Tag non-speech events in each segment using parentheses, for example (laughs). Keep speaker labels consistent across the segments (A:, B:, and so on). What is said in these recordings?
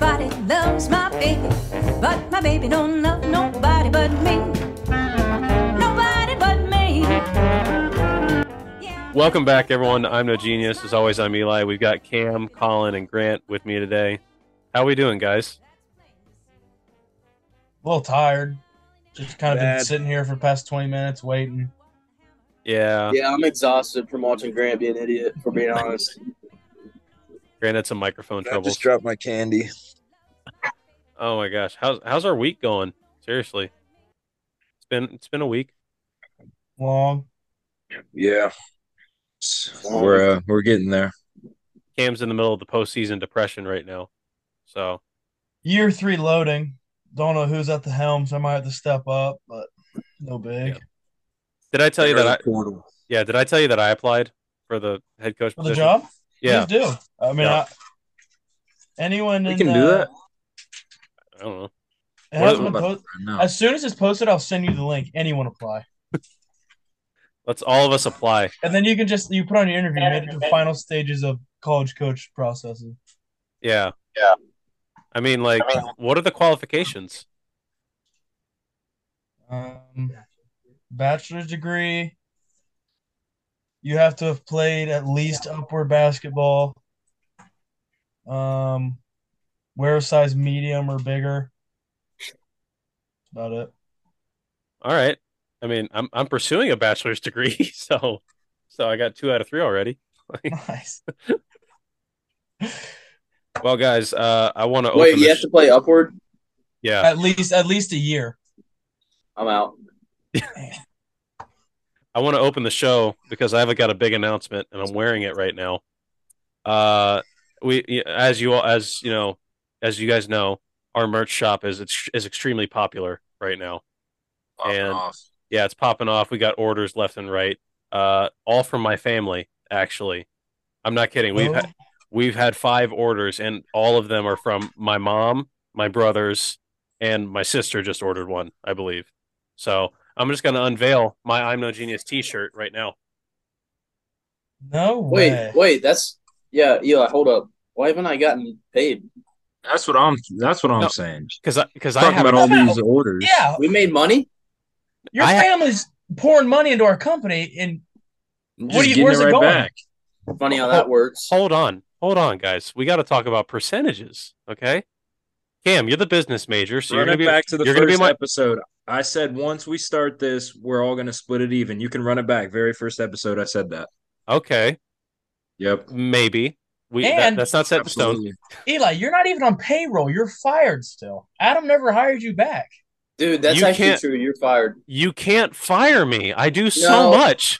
A: loves my baby, but my baby don't love nobody but me. Nobody but me. Yeah.
B: Welcome back, everyone. I'm no genius. As always, I'm Eli. We've got Cam, Colin, and Grant with me today. How we doing, guys?
C: A little tired. Just kind of been
D: Bad.
C: sitting here for the past 20 minutes waiting.
B: Yeah,
D: Yeah, I'm exhausted from watching Grant be an idiot, for being honest.
B: Grant had some microphone
E: I
B: troubles.
E: just dropped my candy.
B: oh my gosh, how's how's our week going? Seriously, it's been it's been a week.
C: Long.
E: Yeah, we're uh, we're getting there.
B: Cam's in the middle of the postseason depression right now, so
C: Year three loading. Don't know who's at the helm, so I might have to step up, but no big.
B: did I tell you that? I,
E: portal.
B: yeah, did I tell you that I applied for the head coach
C: For the
B: position?
C: job?
B: Yeah,
C: Please do. I mean,
B: Yeah.
C: I, anyone
E: We
C: in
E: can
C: the,
E: do that.
B: I don't know.
C: it
B: What-
C: hasn't
E: I'm
C: been
E: about
C: post-
E: to find out.
C: as soon as it's posted, I'll send you the link. Anyone apply,
B: Let's all of us apply.
C: and then you can just you put on your interview. Made it to the final stages of college coach processes.
B: Yeah, yeah. I mean, like, what are the qualifications?
C: Um, bachelor's degree. You have to have played at least upward basketball. Um, wear a size medium or bigger. About it.
B: (laughs) All right. I mean, I'm I'm pursuing a bachelor's degree, (laughs) so so I got two out of three already.
C: Nice.
B: Well, guys, uh, I want to open.
D: Wait,
B: the
D: you have
B: sh-
D: to play upward?
B: yeah,
C: At least at least a year.
D: I'm out.
B: I want to open the show because I've got a big announcement and I'm wearing it right now. Uh, we as you all as you know as you guys know, our merch shop is it's is extremely popular right now. And- Yeah, it's popping off. We got orders left and right. Uh, all from my family actually. I'm not kidding.
C: Oh.
B: We've had, we've had five orders and all of them are from my mom my brothers and my sister just ordered one i believe so i'm just going to unveil my i'm no genius t-shirt right now
C: no
D: Wait,
C: way.
D: wait, that's yeah, Eli, hold up. Why haven't I gotten paid?
E: That's what I'm. That's what I'm
B: No.
E: saying.
B: because i because i
E: Talking
B: have
E: about all
C: No.
E: these orders.
C: Yeah,
D: We made money?
C: your
B: I-
C: family's pouring money into our company, and
E: I'm
C: What
E: just
C: do you-
E: getting
C: where's
E: it
C: it
E: right
C: going?
E: back.
D: Funny how that works.
B: hold on hold on guys we got to talk about percentages okay cam you're the business major so you're
E: Run
B: going
E: it
B: to be
E: back to the
B: you're gonna be
E: first
B: my-
E: episode. I said once we start this, we're all going to split it even. You can run it back. Very first episode, I said that.
B: okay
E: Yep.
B: maybe we that-
C: And-
B: that's not set in stone
E: Absolutely.
C: Eli, you're not even on payroll. You're fired still. Adam never hired you back.
D: Dude, that's
B: You
D: actually
B: can't-
D: true. You're fired.
B: you can't fire me i do so
D: No.
B: much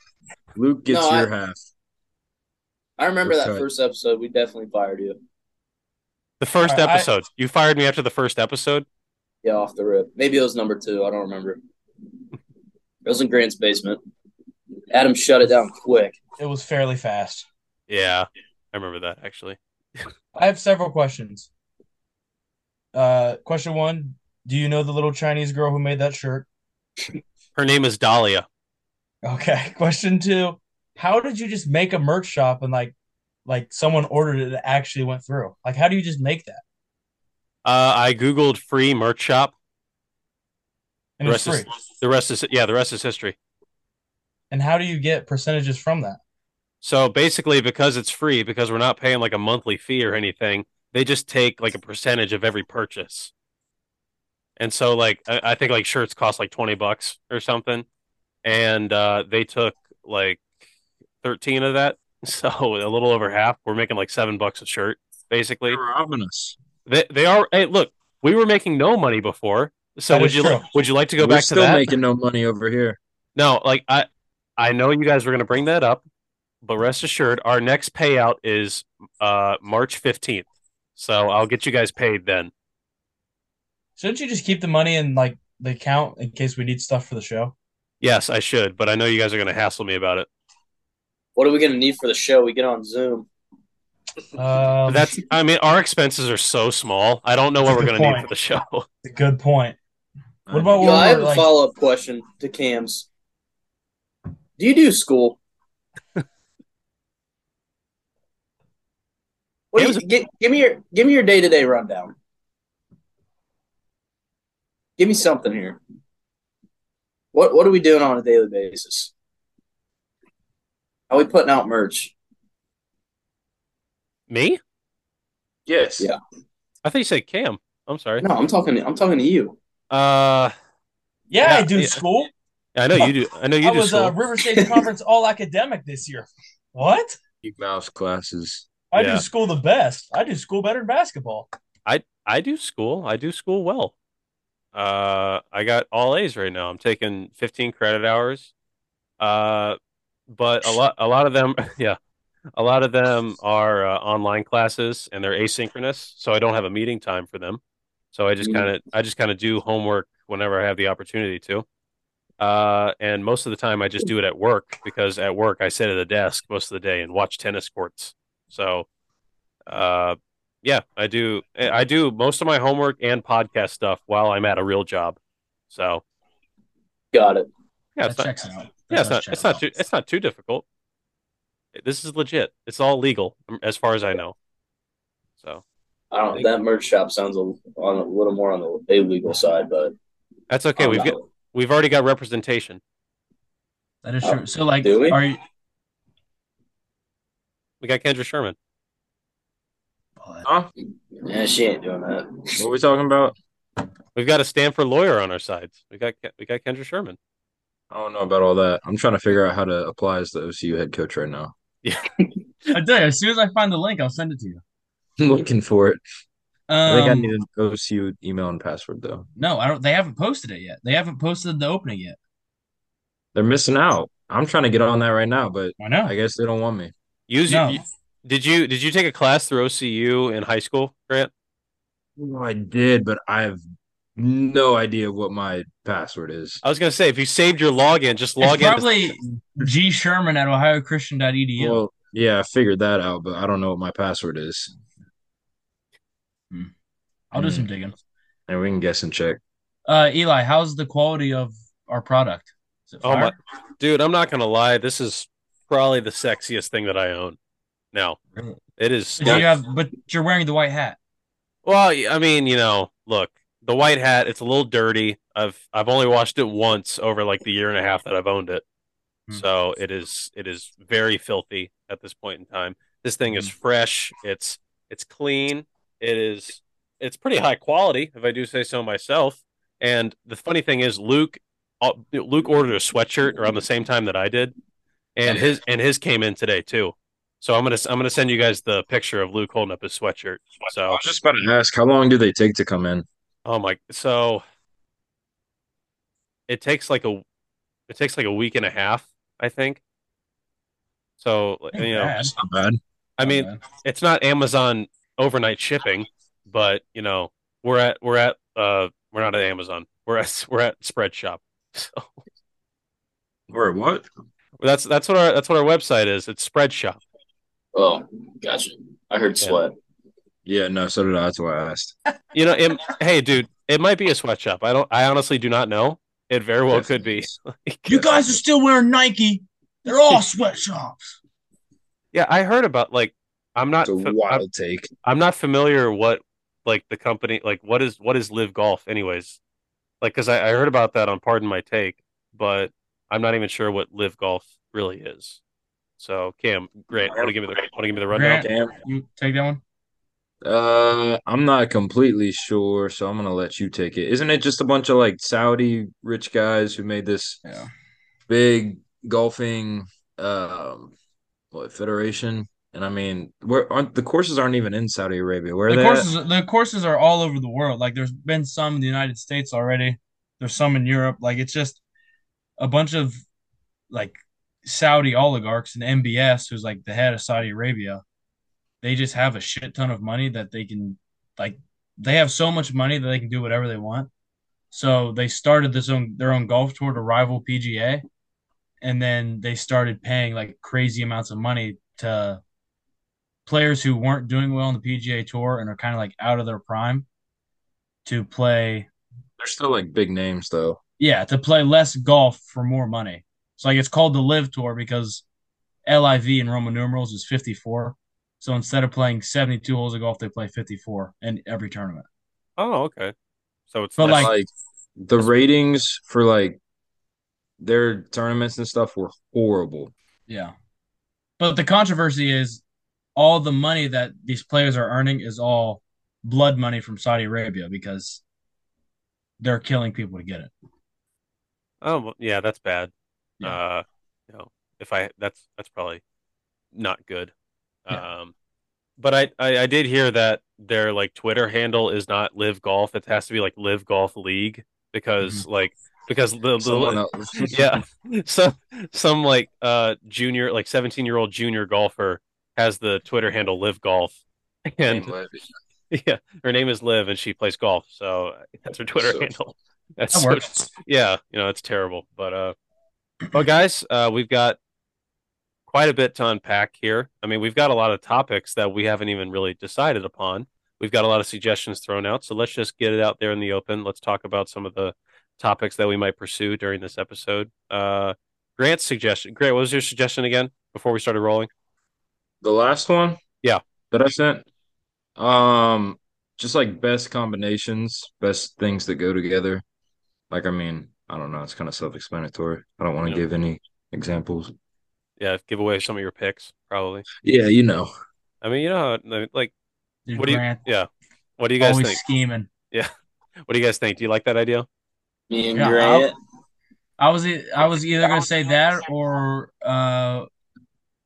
E: Luke gets
D: No, I-
E: your half.
D: I remember
E: That's
D: that
E: right.
D: first episode. We definitely fired you.
B: the first
C: All right, I-
B: episode you fired me after the first episode
D: Yeah, off the rip. Maybe it was number two. I don't remember. It was in Grant's basement. Adam shut it down quick.
C: It was fairly fast.
B: yeah i remember that actually
C: I have several questions. Uh, question one: Do you know the little Chinese girl who made that shirt?
B: Her name is Dahlia.
C: Okay. (laughs) Question two: How did you just make a merch shop and like, like someone ordered it and it actually went through? Like, how do you just make that?
B: Uh, I googled free merch shop.
C: And
B: The
C: it's
B: rest
C: free.
B: is- The rest is yeah, the rest is history.
C: And how do you get percentages from that?
B: So basically, because it's free, because we're not paying like a monthly fee or anything, they just take like a percentage of every purchase. And so, like, I, I think like shirts cost like twenty bucks or something, and uh, they took like thirteen of that, (laughs) so a little over half. We're making like seven bucks a shirt, basically.
E: They're robbing us.
B: They they are. Hey, look, we were making no money before. So
C: That
B: would
C: is
B: you
C: true.
B: li- would you like to go
E: we're
B: back to
E: still
B: that?
E: making no money over here.
B: No, like I, I know you guys were gonna bring that up, but rest assured, our next payout is uh March fifteenth. So I'll get you guys paid then.
C: Shouldn't you just keep the money in like the account in case we need stuff for the show?
B: Yes, I should, but I know you guys are gonna hassle me about it.
D: What are we going to need for the show? We get on Zoom.
B: (laughs)
C: Um,
B: But that's, I mean, our expenses are so small. I don't know what
C: That's
B: we're
C: a
B: gonna
C: good
B: need
C: point.
B: for the show.
C: a good point. What about-
D: Yo,
C: Or,
D: I have a
C: like-
D: follow up question to Cam's. Do you do school? what do you,
B: Cam's-
D: gi- give me your give me your day to day rundown. Give me something here. What what are we doing on a daily basis? How are we putting out merch?
B: (laughs) Me?
E: Yes.
D: Yeah.
B: I thought you said Cam. I'm sorry.
D: No, I'm talking. I'm talking to you.
B: Uh,
F: Yeah, I
B: Yeah,
F: do
B: yeah.
F: school.
B: I know you do. I know you
F: I
B: do.
F: was
B: school.
F: a uh, River State
B: (laughs)
F: Conference All Academic this year. What?
E: Deep mouse classes.
F: I
B: Yeah.
F: do school the best. I do school better than basketball.
B: I do school. I do school well. Uh, I got all A's right now. I'm taking 15 credit hours. Uh, but a lot, a lot of them, (laughs) yeah, a lot of them are uh, online classes and they're asynchronous, so I don't have a meeting time for them. So I just
D: Mhm.
B: kind of, I just kind of do homework whenever I have the opportunity to. Uh, and most of the time, I just do it at work because at work I sit at a desk most of the day and watch tennis courts. So, uh, yeah, I do. eh, I do most of my homework and podcast stuff while I'm at a real job. So
D: Got it.
B: yeah, it's
C: that
B: not,
C: checks out.
B: yeah,
C: That
B: it's
C: does
B: not.
C: check
B: It's not
C: out.
B: too. It's not too difficult. This is legit. It's all legal um, as far as I know. So
D: I don't. That merch shop sounds a, on a little more on the illegal side, but
B: that's okay.
C: Oh,
D: I'm
B: We've
D: not-
B: got, we've already got representation.
C: That is true. So, like,
D: Do we?
C: are you?
B: We got Kendra Sherman.
C: Well,
E: Huh?
D: Yeah, she ain't doing that.
E: What are we talking about?
B: We've got a Stanford lawyer on our sides. We got Ke- we got Kendra Sherman.
E: I don't know about all that. I'm trying to figure out how to apply as the OCU head coach right now. (laughs)
C: I tell you, as soon as I find the link, I'll send it to you.
E: I'm looking for it. I think I
C: Um,
E: need an OCU email and password though.
C: no, I don't. They haven't posted it yet. They haven't posted the opening yet.
E: They're missing out. I'm trying to get on that right now, but
C: I know.
E: I guess they don't want me.
B: Use
C: No.
B: you, did you did you take a class through OCU in high school, Grant?
E: Well, I did, but I have no idea what my password is.
B: I was gonna say if you saved your login, just log
C: It's
B: in. to-
C: probably G Sherman at E OhioChristian.edu.
E: Well, yeah, I figured that out, but I don't know what my password is.
C: I'll
F: Hmm.
C: do some digging.
E: And we can guess and check.
C: Uh, Eli, how's the quality of our product? Is it
B: Oh my,
C: fire?
B: dude! I'm not gonna lie. This is probably the sexiest thing that I own. Now
E: Really?
B: it is.
C: But you have, but you're wearing the white hat.
B: Well, I mean, you know, look, the white hat. It's a little dirty. I've I've only washed it once over like the year and a half that I've owned it.
C: Hmm.
B: So it is it is very filthy at this point in time. This thing is fresh. It's it's clean. It is it's pretty high quality if I do say so myself. And the funny thing is, Luke uh, Luke ordered a sweatshirt around the same time that I did, and his and his came in today too. So I'm gonna I'm gonna send you guys the picture of Luke holding up his sweatshirt. So
E: I was just about to ask, how long do they take to come in?
B: Oh my, so it takes like a it takes like a week and a half, I think. So, like, you know,
C: Bad.
E: That's not bad.
B: I
C: Not
B: mean,
C: bad.
B: it's not Amazon overnight shipping, but you know, we're at we're at uh we're not at Amazon. We're at (laughs) we're at Spreadshop. So
E: Or what?
B: that's that's what our that's what our website is. It's Spreadshop.
D: Oh, gotcha. I heard
B: Yeah.
D: sweat.
E: Yeah, no, so did I. That's why I asked.
B: You know, it, hey dude, it might be a sweatshop. I don't I honestly do not know. It very well could be.
C: You guys are still wearing Nike. They're all sweatshops.
B: (laughs) Yeah, I heard about like I'm not (laughs)
E: It's a
B: fa- I'm-
E: wild take.
B: I'm not familiar what like the company like what is what is Live Golf anyways, like because I, I heard about that on Pardon My Take, but I'm not even sure what Live Golf really is. So Cam, great, want to give me the want to give me the rundown?
C: Grant,
E: Damn.
C: you take that one.
E: Uh, I'm not completely sure, so I'm gonna let you take it. Isn't it just a bunch of like Saudi rich guys who made this
C: Yeah.
E: big golfing um what federation? And I mean, where aren't the courses aren't even in Saudi Arabia? Where are
C: The
E: they? at?
C: courses, the courses are all over the world. Like there's been some in the United States already. There's some in Europe. Like it's just a bunch of like Saudi oligarchs and MBS, who's like the head of Saudi Arabia. They just have a shit ton of money that they can like. They have so much money that they can do whatever they want. So they started this own their own golf tour to rival PGA, and then they started paying like crazy amounts of money to players who weren't doing well on the PGA Tour and are kind of like out of their prime to play,
E: They're still like big names though.
C: yeah, to play less golf for more money. So like it's called the Live Tour because LIV in Roman numerals is 54. So instead of playing 72 holes of golf, they play 54 in every tournament.
B: Oh, okay. So it's
C: But,
B: that's-
E: That's
C: like-
E: like the ratings for like their tournaments and stuff were horrible.
C: Yeah. But the controversy is all the money that these players are earning is all blood money from Saudi Arabia because they're killing people to get it.
B: Oh well, yeah, that's bad.
C: Yeah.
B: Uh, you know, if I that's that's probably not good.
C: Yeah.
B: Um, but I, I I did hear that their like Twitter handle is not Live Golf. It has to be like Live Golf League because like because the,
E: Someone
B: the
E: else.
C: (laughs)
B: yeah (laughs) some some like uh junior like seventeen year old junior golfer has the Twitter handle Live Golf and
E: Anyway,
B: (laughs) yeah her name is Liv and she plays golf so uh, that's her Twitter
E: So-
B: handle. (laughs) That's
C: That
B: so
C: works.
B: (laughs) yeah, you know, it's terrible. But uh well guys, uh we've got quite a bit to unpack here. I mean, we've got a lot of topics that we haven't even really decided upon. We've got a lot of suggestions thrown out, so let's just get it out there in the open. Let's talk about some of the topics that we might pursue during this episode. Uh Grant's suggestion. Grant, what was your suggestion again before we started rolling?
E: The last one?
B: Yeah.
E: That I sent? Um, just like best combinations, best things that go together. Like, I mean, I don't know. It's kind of self-explanatory. I don't want to
B: Yeah.
E: give any examples.
B: Yeah, give away some of your picks, probably.
E: Yeah, you know.
B: I mean, you know, how- like
C: Dude,
B: what do you
C: Grant,
B: yeah. What do you guys
C: always
B: think?
C: scheming.
B: (laughs) What do you guys think? Do you like that idea?
D: Me and
C: Yeah,
D: Grant.
C: I was e- I was either gonna say that or uh,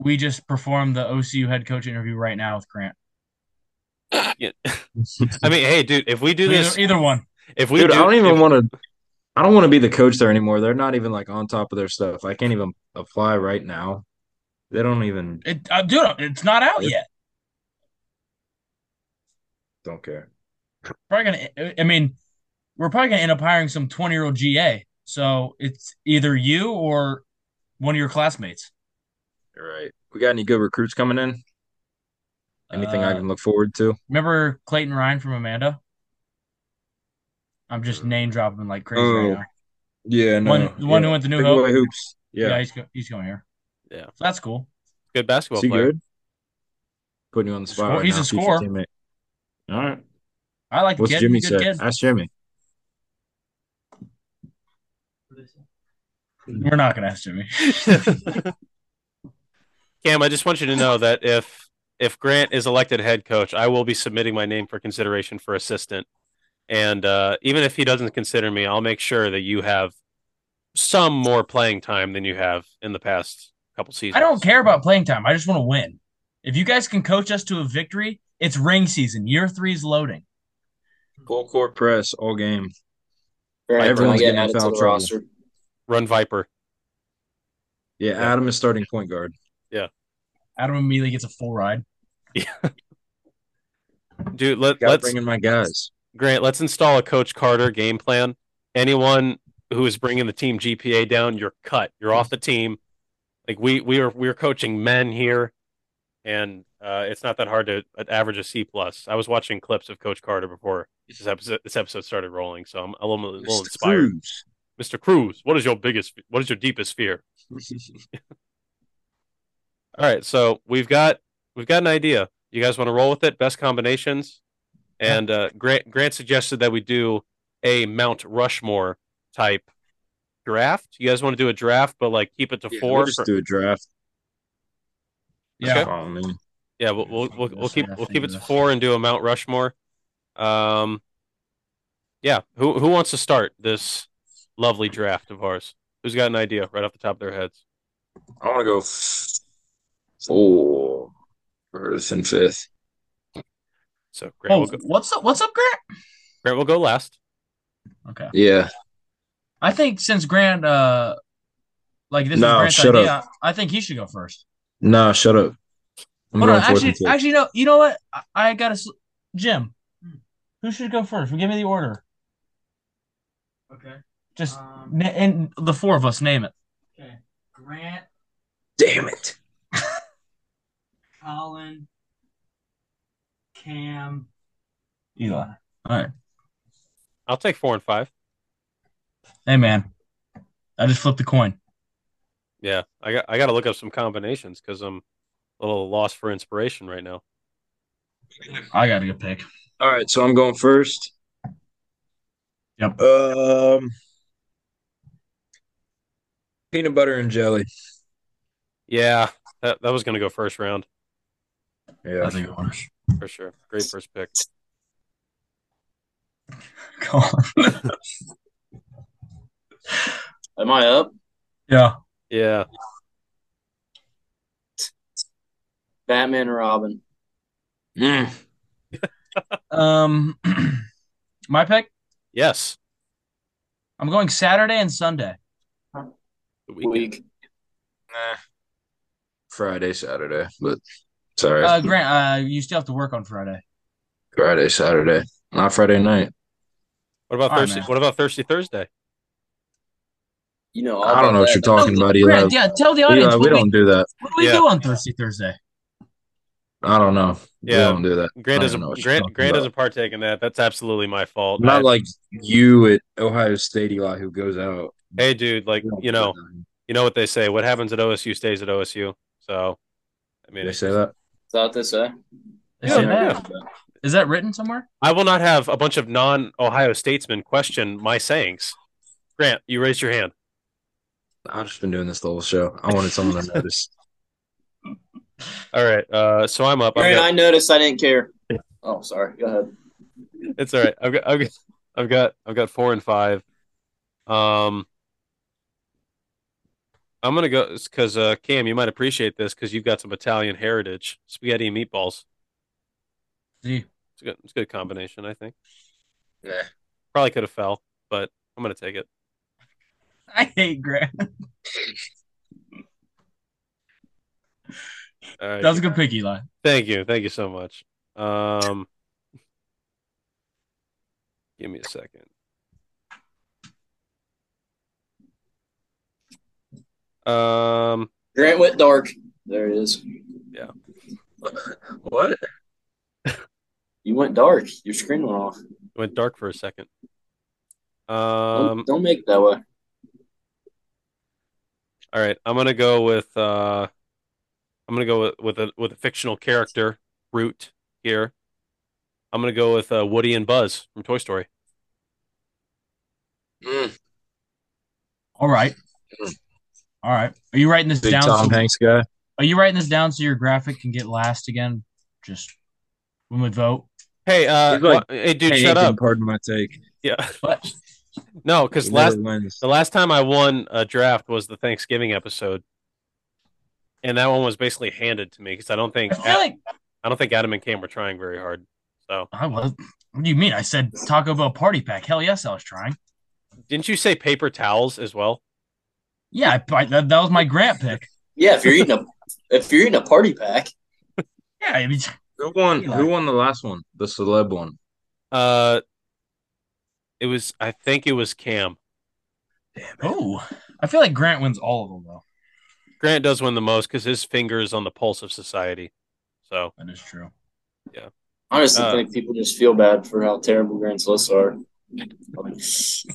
C: we just performed the OCU head coach interview right now with Grant.
B: Yeah. I mean, hey, dude, if we do this,
C: Either, either one.
B: if we
E: Dude,
B: do,
E: I don't even
B: if-
E: want to. I don't want to be the coach there anymore. They're not even like on top of their stuff. I can't even apply right now. They don't even
C: It, uh, dude, it's not out yet.
E: don't care.
C: Probably gonna. I mean, we're probably gonna end up hiring some twenty year old GA. So it's either you or one of your classmates.
E: All right. We got any good recruits coming in? Anything I
C: Uh,
E: can look forward to?
C: Remember Clayton Ryan from Amanda? I'm just name dropping like crazy
E: Mm. Oh,
C: right now.
E: Yeah,
C: One, the one who went to New Hope.
E: hoops.
C: Yeah,
E: Yeah.
C: he's go- he's going here.
B: Yeah.
C: so that's cool.
B: good basketball
E: Is he
B: player.
E: good? Putting you on the spot.
C: Score-
E: right
C: he's a
E: now, future
C: scorer.
E: teammate. All right.
C: I like the
E: What's
C: kid.
E: Jimmy
C: Good
E: say?
C: kid.
E: Ask Jimmy.
C: We're not gonna ask Jimmy.
B: Cam, I just want you to know that if if Grant is elected head coach, I will be submitting my name for consideration for assistant. And uh, even if he doesn't consider me, I'll make sure that you have some more playing time than you have in the past couple seasons.
C: I don't care about playing time. I just want to win. If you guys can coach us to a victory, it's ring season. Year three is loading.
E: Full court press all game.
D: Grant,
E: Everyone's
D: when I
E: getting in
D: get added
E: foul
D: to the
E: trouble.
D: roster.
B: run Viper.
E: Yeah, Adam is starting point guard.
C: Adam immediately gets a full ride.
B: Dude, let,
E: Got to
B: let's
E: bring in my guys.
B: Grant, let's install a Coach Carter game plan. Anyone who is bringing the team GPA down, you're cut. You're off the team. Like we we are we're coaching men here, and uh, it's not that hard to average a C plus. I was watching clips of Coach Carter before this episode this episode started rolling, so I'm a little, a little inspired. Mr. Cruz, what is your biggest? What is your deepest fear? All right, so we've got we've got an idea. You guys want to roll with it? Best combinations, and uh, Grant Grant suggested that we do a Mount Rushmore type draft. You guys want to do a draft, but like keep it to
E: Yeah,
B: four.
E: we'll just
B: for-
E: do a draft.
C: Yeah.
B: Okay.
E: Oh, man.
B: Yeah, we'll we'll, we'll, we'll keep
C: Yes,
B: we'll keep it to
C: yes.
B: four and do a Mount Rushmore. Um, yeah. Who who wants to start this lovely draft of ours? Who's got an idea right off the top of their heads?
E: I want to go f- four, first and fifth.
B: So Grant,
C: Oh,
B: will go,
C: what's up? What's up, Grant?
B: Grant will go last.
C: Okay.
E: Yeah.
C: I think since Grant, uh, like this
E: No,
C: is Grant's
E: shut
C: idea, I think he should go first.
E: Nah, shut up. I'm
C: Hold on,
E: going fourth and
C: actually,
E: fifth.
C: actually, no. You know what? I, I got to Jim. Who should go first? Well, give me the order.
G: Okay.
C: Just
G: Um,
C: na- and the four of us name it.
G: okay. Grant,
E: Damn it.
G: Colin, Cam.
C: Eli. All right.
B: I'll take four and five.
C: Hey man, I just flipped the coin.
B: Yeah, I got I got to look up some combinations because I'm a little lost for inspiration right now.
C: I got to get pick.
E: All right, so I'm going first.
C: Yep.
E: Um, peanut butter and jelly.
B: Yeah, that, that was going to go first round
E: Yeah.
C: I think it (laughs) was.
B: for sure. Great first pick.
C: God.
D: Am I up?
C: yeah.
B: Yeah,
D: Batman or Robin?
E: Mm.
C: Um, (clears throat) my pick.
B: yes.
C: I'm going Saturday and Sunday.
B: The weekend.
D: Week.
E: Nah. Friday, Saturday, but sorry,
C: Uh, Grant, uh, you still have to work on Friday.
E: Friday, Saturday, not Friday night.
B: What about
C: All right,
B: Thursday?
C: man.
B: what about Thursday Thursday?
D: You know, all
E: I don't know what you're
D: about that.
E: talking about, Eli.
C: Grant, yeah, tell the audience
E: Eli,
C: what,
E: we
C: we,
E: don't do that.
C: what do we
B: Yeah.
C: do on Thursday, Thursday.
E: I don't know.
B: Yeah.
E: We don't do that.
B: Grant
E: I don't
B: doesn't
E: know what you're
B: Grant
E: talking
B: Grant
E: about.
B: doesn't partake in that. That's absolutely my fault. I-
E: Not like you at Ohio State, Eli, who goes out.
B: hey, dude, like
E: We don't
B: you
E: do
B: know,
E: that.
B: you know what they say. What happens at OSU stays at OSU. So, I mean,
E: They
B: it's
E: say
B: just-
E: that.
D: Is that eh? what they say?
C: They
B: Yeah,
C: say
B: yeah.
C: that. Is that written somewhere?
B: I will not have a bunch of non-Ohio statesmen question my sayings. Grant, you raised your hand.
E: I've just been doing this the whole show. I wanted someone
B: (laughs)
E: to notice.
B: All right, uh, so I'm up. I've
D: Grant,
B: got-
D: I noticed I didn't care. Oh, sorry. Go ahead.
B: It's all right. I've got, I've got, I've got, I've got four and five. Um, I'm gonna go because uh, Cam, you might appreciate this because you've got some Italian heritage, spaghetti and meatballs.
C: Gee.
B: It's a good, it's a good combination, I think.
E: Nah.
B: Probably could have fell, but I'm gonna take it.
C: I hate Grant.
B: All right.
C: That was a good pick, Eli.
B: Thank you. Thank you so much. Um, give me a second. Um,
D: Grant went dark. There it is.
E: What?
D: You went dark. Your screen went off.
B: went dark for a second.
E: Oh,
D: Don't,
B: Um,
D: don't make it that way.
B: All right, I'm gonna go with uh, I'm gonna go with with a with a fictional character root here. I'm gonna go with uh, Woody and Buzz from Toy Story.
E: Mm,
C: All right. All right. Are you writing this
E: big
C: down?
E: Tom
C: so-
E: Hanks guy.
C: are you writing this down so your graphic can get last again? Just when we vote.
B: Hey, uh,
E: He's like,
B: wha- hey, dude,
E: Hey,
B: shut
E: Hank,
B: up!
E: and Pardon my take.
B: Yeah, (laughs)
C: What?
B: no, because
E: He
B: last
E: never wins.
B: the last time I won a draft was the Thanksgiving episode, and that one was basically handed to me because I don't think
C: I feel
B: I
C: like
B: don't think Adam and Cam were trying very hard. So,
C: I was. What do you mean? I said Taco Bell party pack. Hell yes, I was trying.
B: didn't you say paper towels as well?
C: Yeah, I, I, that, that was my Grant pick.
D: Yeah, if you're eating a if you're eating a party pack,
C: Yeah, I mean, (laughs)
E: Who won?
C: Eli.
E: Who won the last one? The celeb one.
B: Uh, it was I think it was Cam.
C: oh, I feel like Grant wins all of them though.
B: Grant does win the most because his finger is on the pulse of society. So
C: That is true.
D: I honestly
B: Uh.
D: think people just feel bad for how terrible Grant's lists are. Like,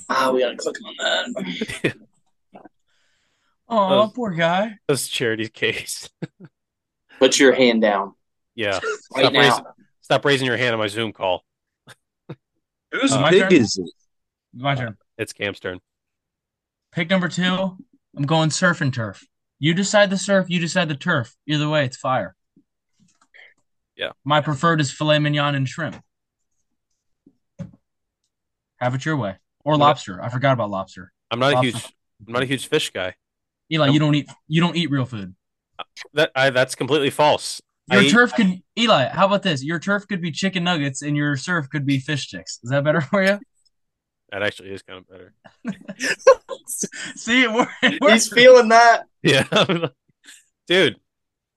D: ah, we gotta click on that.
C: Oh,
B: Those-
C: poor guy.
B: that's charity's (laughs) case.
D: Put your hand down
B: Yeah.
D: right
B: Stop
D: now.
B: raising, stop raising your hand on my Zoom call.
E: Whose
C: my
E: pick
C: turn?
E: Uh, is it?
C: My turn.
B: It's Cam's turn.
C: Pick number two. I'm going surf and turf. You decide the surf. You decide the turf. Either way, it's fire.
B: Yeah.
C: My preferred is filet mignon and shrimp. Have it your way. Or
B: Okay.
C: lobster. I forgot about lobster.
B: I'm not a
C: Awesome.
B: huge I'm not a huge fish guy.
C: Eli,
B: Nope.
C: you don't eat. You don't eat real food.
B: That I that's completely false. I
C: Your
B: eat-
C: turf could Eli. How about this? Your turf could be chicken nuggets, and your surf could be fish sticks. Is that better (laughs) for you?
B: that actually is kind of better. (laughs)
C: See, it works. it works.
D: He's feeling that.
B: Yeah. Dude,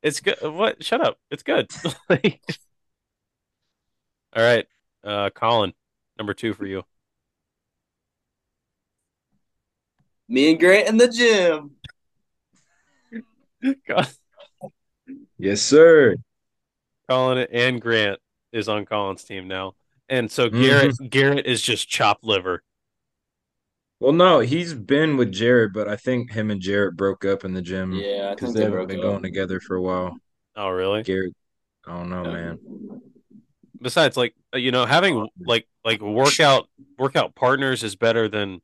B: it's good. What? Shut up. It's good. (laughs) All right. Uh Colin, number two for
C: (laughs)
B: you.
D: Me and Grant in the gym.
E: Yes, sir.
B: Colin and Grant is on Colin's team now. And so
C: Mm-hmm.
B: Garrett Garrett is just chopped liver.
E: Well, no, he's been with Jared, but I think him and Jared broke up in the gym
D: Yeah, I
E: because Mm, they,
D: think they
E: haven't
D: broke
E: been
D: up.
E: going together for a while.
B: Oh, really?
E: Garrett, I don't know, man.
B: Besides, like uh, you know
C: Oh,
B: having like like workout workout partners is better than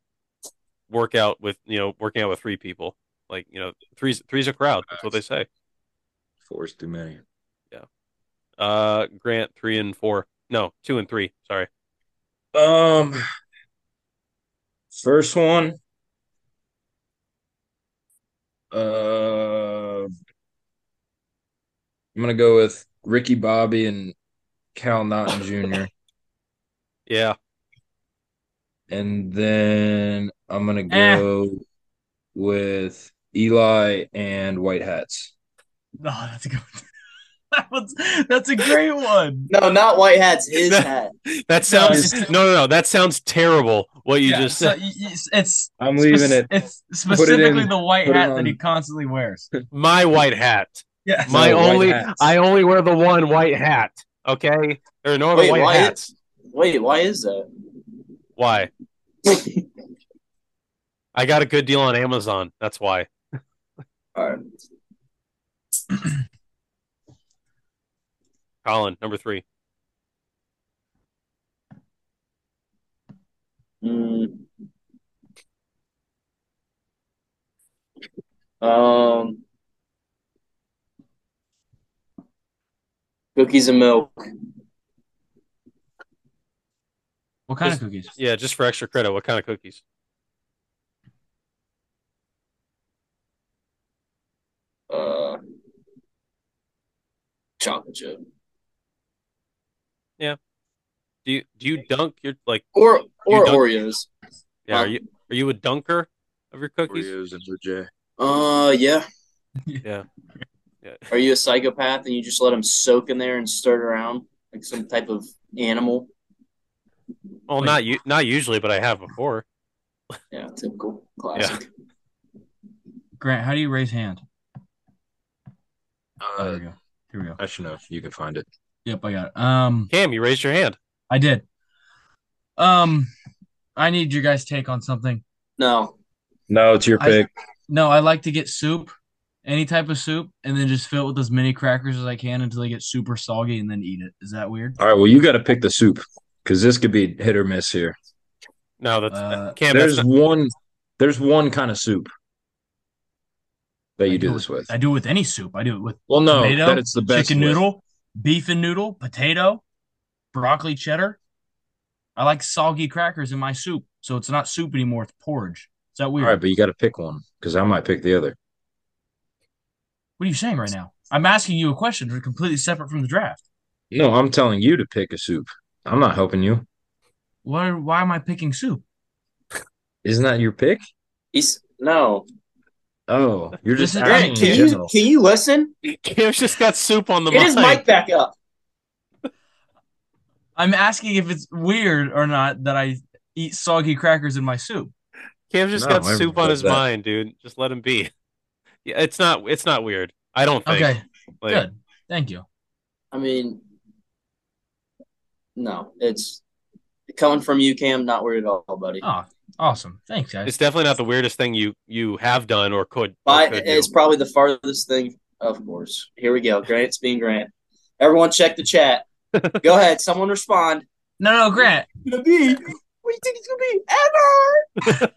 B: workout with you know working out with three people. Like you know three's three's a crowd. That's what they say.
E: Four is too many.
B: Uh, Grant three and four. No, two and three. Sorry.
E: Um, first one. Uh, I'm gonna go with Ricky Bobby and Cal Naughton Jr.
B: Yeah. (laughs)
E: and then I'm gonna go with Eli and White Hats.
C: No, Oh, that's a good. One. (laughs) that one's, that's a great one.
D: No, not white hats.
E: (laughs)
D: His
B: No.
D: hat.
B: That sounds no, no, no. That sounds terrible. What you
C: Yeah,
B: just
C: so
B: said.
C: y- y- it's
E: I'm
C: (laughs)
E: leaving
C: spec-
E: it.
C: It's specifically
E: in-
C: the white
E: put it
C: hat that
E: on.
C: he constantly
E: (laughs)
C: wears.
B: My white hat.
C: Yeah.
B: My
E: No, white
B: only.
E: hats.
B: I only wear the one white hat. Okay. There are no other
D: Wait,
B: white
D: why is-
B: hats.
D: Wait, why is that?
B: Why? I got a good deal on Amazon. That's why.
D: All right.
B: (clears throat) Colin, number three.
D: Mm. Um, cookies and milk.
C: What kind of cookies?
B: Yeah, just for extra credit. What kind of cookies?
D: Uh, chocolate chip.
B: Do you do you dunk your like?
D: Or or
B: dunk-
D: Oreos.
B: Yeah. Are
D: Um,
B: you are you a dunker of your cookies?
E: Oreos and OJ.
D: Uh, yeah.
B: Yeah.
D: Are you a psychopath and you just let them soak in there and stir it around like some type of animal?
B: Well, not you. Not usually, but I have before.
D: Yeah, typical classic.
C: Grant, how do you raise hand? Oh, there
E: Uh,
C: we go. Here we go.
E: I should know. You can find it.
C: Yep, I got it. Um,
B: Cam, you raised your hand.
C: I did. Um, I need your guys' take on something.
D: No,
E: No, it's your
C: I-
E: pick.
C: No, I like to get soup, any type of soup, and then just fill it with as many crackers as I can until they get super soggy and then eat it. Is that weird?
E: All right. Well, you got to pick the soup because this could be hit or miss here.
B: No, that's
C: Uh,
B: Cam. That's not, (laughs)
E: there's one. There's one kind of soup that
C: I
E: you
C: do
E: do
C: it-
E: this with.
C: I do it with any soup. I do it with
E: Well, no,
C: tomato,
E: that it's the best
C: chicken
E: with.
C: noodle, beef and noodle, potato, broccoli cheddar. I like soggy crackers in my soup, so it's not soup anymore. It's porridge. Is that
E: All
C: weird?
E: right, but you got to pick one because I might pick the other.
C: What are you saying right now? I'm asking you a question. We're completely separate from the draft.
E: No, I'm telling you to pick a soup. I'm not helping you.
C: Why? Why am I picking soup?
E: Isn't that your pick?
D: he's no.
E: Oh, you're just
C: Listen,
E: acting
D: Grant,
E: in
D: can you
E: general.
D: can you listen?
B: Cam's just got soup on the
D: Get his mic back up.
C: I'm asking if it's weird or not that I eat soggy crackers in my soup.
B: Cam's just
E: No,
B: got
E: I
B: soup on
E: regret
B: his
E: that.
B: mind, dude. Just let him be. (laughs) Yeah, it's not. It's not weird. I don't think.
C: Okay,
B: Like,
C: good. Thank you.
D: I mean, no, it's coming from you, Cam. Not worried at all, buddy.
C: Oh, awesome. Thanks, guys.
B: It's definitely not the weirdest thing you you have done or could. Or
D: But
B: could do.
D: it's probably the farthest thing, of course. Here we go. Grant's being Grant. Everyone, check the chat. go ahead. Someone respond.
C: No, no, Grant.
D: Gonna be. What do you think it's gonna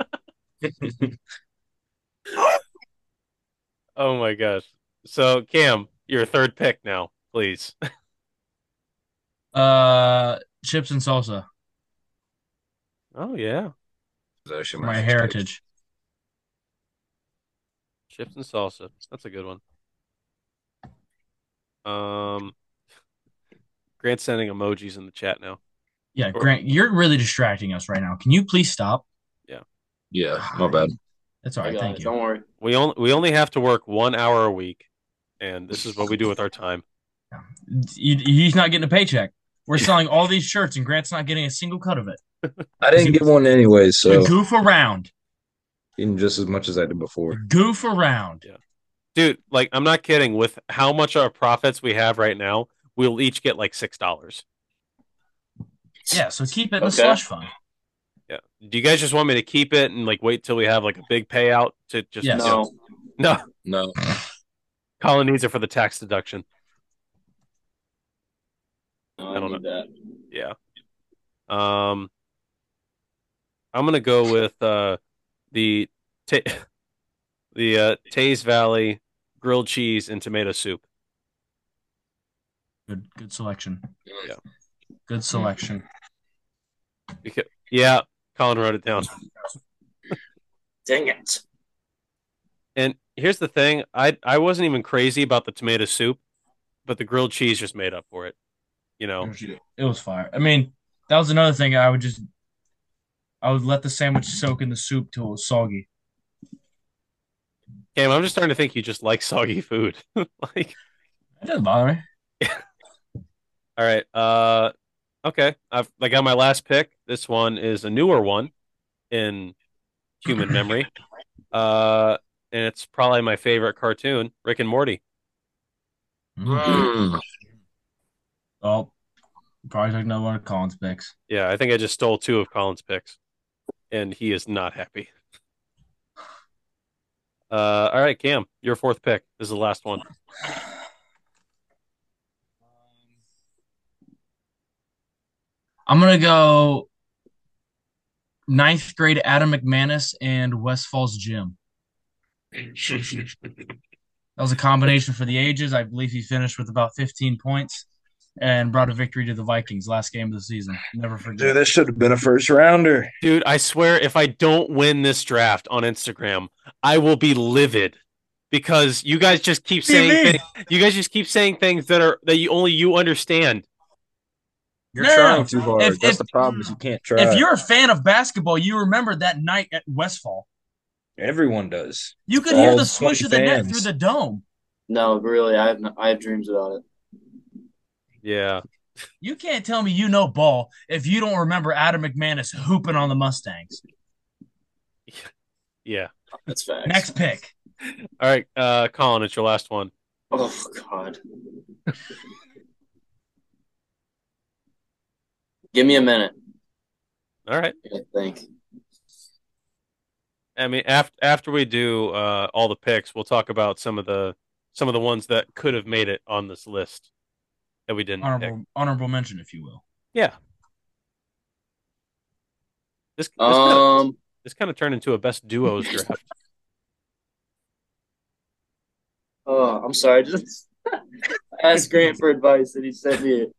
D: be? Ever?
B: Oh my gosh. So Cam, your third pick now, please. (laughs)
C: Uh, chips and salsa.
B: Oh yeah,
E: That's actually
C: My
E: first pick.
C: heritage.
B: chips and salsa. That's a good one. Um, Grant's sending emojis in the chat now.
C: Yeah, Grant, you're really distracting us right now. Can you please stop?
E: Yeah, my bad.
C: That's all
D: I
C: right.
D: got
C: Thank
D: it.
C: you.
D: Don't worry.
B: We only we only have to work one hour a week, and this is what we do with our time.
C: You- He's not getting a paycheck. We're selling all these shirts, and Grant's not getting a single cut of it.
E: I didn't get one anyway, so
C: You goof around.
E: eating just as much as I did before.
C: Goof around.
B: Dude, like I'm not kidding. With how much our profits we have right now, we'll each get like six dollars.
C: Yeah, so keep it in the
D: Okay.
C: slush fund.
B: Yeah. Do you guys just want me to keep it and like wait till we have like a big payout to just
C: Yes.
B: you know,
D: No.
E: No,
B: Colin needs it for the tax deduction.
D: No,
B: I don't
D: need that.
B: Yeah. Um, I'm gonna go with uh the ta- (laughs) the uh, Taze Valley grilled cheese and tomato soup.
C: Good good selection.
B: Yeah.
C: Good selection.
B: Because, yeah, Colin wrote it down.
D: Dang it.
B: And here's the thing: I I wasn't even crazy about the tomato soup, but the grilled cheese just made up for it. You
D: Oh.
B: know,
C: It was fire. I mean, that was another thing I would just I would let the sandwich soak in the soup till it was soggy.
B: Cam, I'm just starting to think you just like soggy food. (laughs) like,
C: That doesn't bother me.
B: all right, uh, okay, I've I got my last pick. This one is a newer one in human memory, uh, and it's probably my favorite cartoon, Rick and Morty.
E: Mm.
C: Mm-hmm. Well, probably took another one of Colin's picks.
B: Yeah, I think I just stole two of Colin's picks, and he is not happy. (laughs) Uh, all right, Cam, your fourth pick This is the last one.
C: I'm gonna go ninth grade Adam McManus and West Falls Gym. That was a combination for the ages. I believe he finished with about 15 points and brought a victory to the Vikings last game of the season. Never forget.
H: Dude, this should have been a first rounder.
B: Dude, I swear if I don't win this draft on Instagram, I will be livid because you guys just keep
C: do you
B: saying
C: mean?
B: thi- you guys just keep saying things that are that you only you understand.
E: You're
C: No, no,
E: trying
C: no.
E: too hard.
C: If-
E: That's
C: if-
E: the problem is you can't try.
C: If you're a fan of basketball, you remember that night at Westfall.
E: Everyone does.
C: You could hear
E: All
C: the swish
E: 20
C: of the net
E: fans.
C: through the dome.
D: No, really, I have no, I have dreams about it.
B: Yeah.
C: You can't tell me you know ball if you don't remember Adam McManus hooping on the Mustangs.
B: Yeah.
D: That's facts.
C: Next pick.
B: All right, uh Colin, it's your last one.
D: Oh God. Give me a minute.
B: All right.
D: I think.
B: I mean after after we do uh all the picks, we'll talk about some of the some of the ones that could have made it on this list that we didn't pick.
C: Honorable honorable mention, if you will.
B: Yeah. This, this kind of,
D: Um, (laughs)
B: this kind of turned into a best duos draft.
D: oh, I'm sorry. (laughs) Just asked Grant for advice, and he sent me it.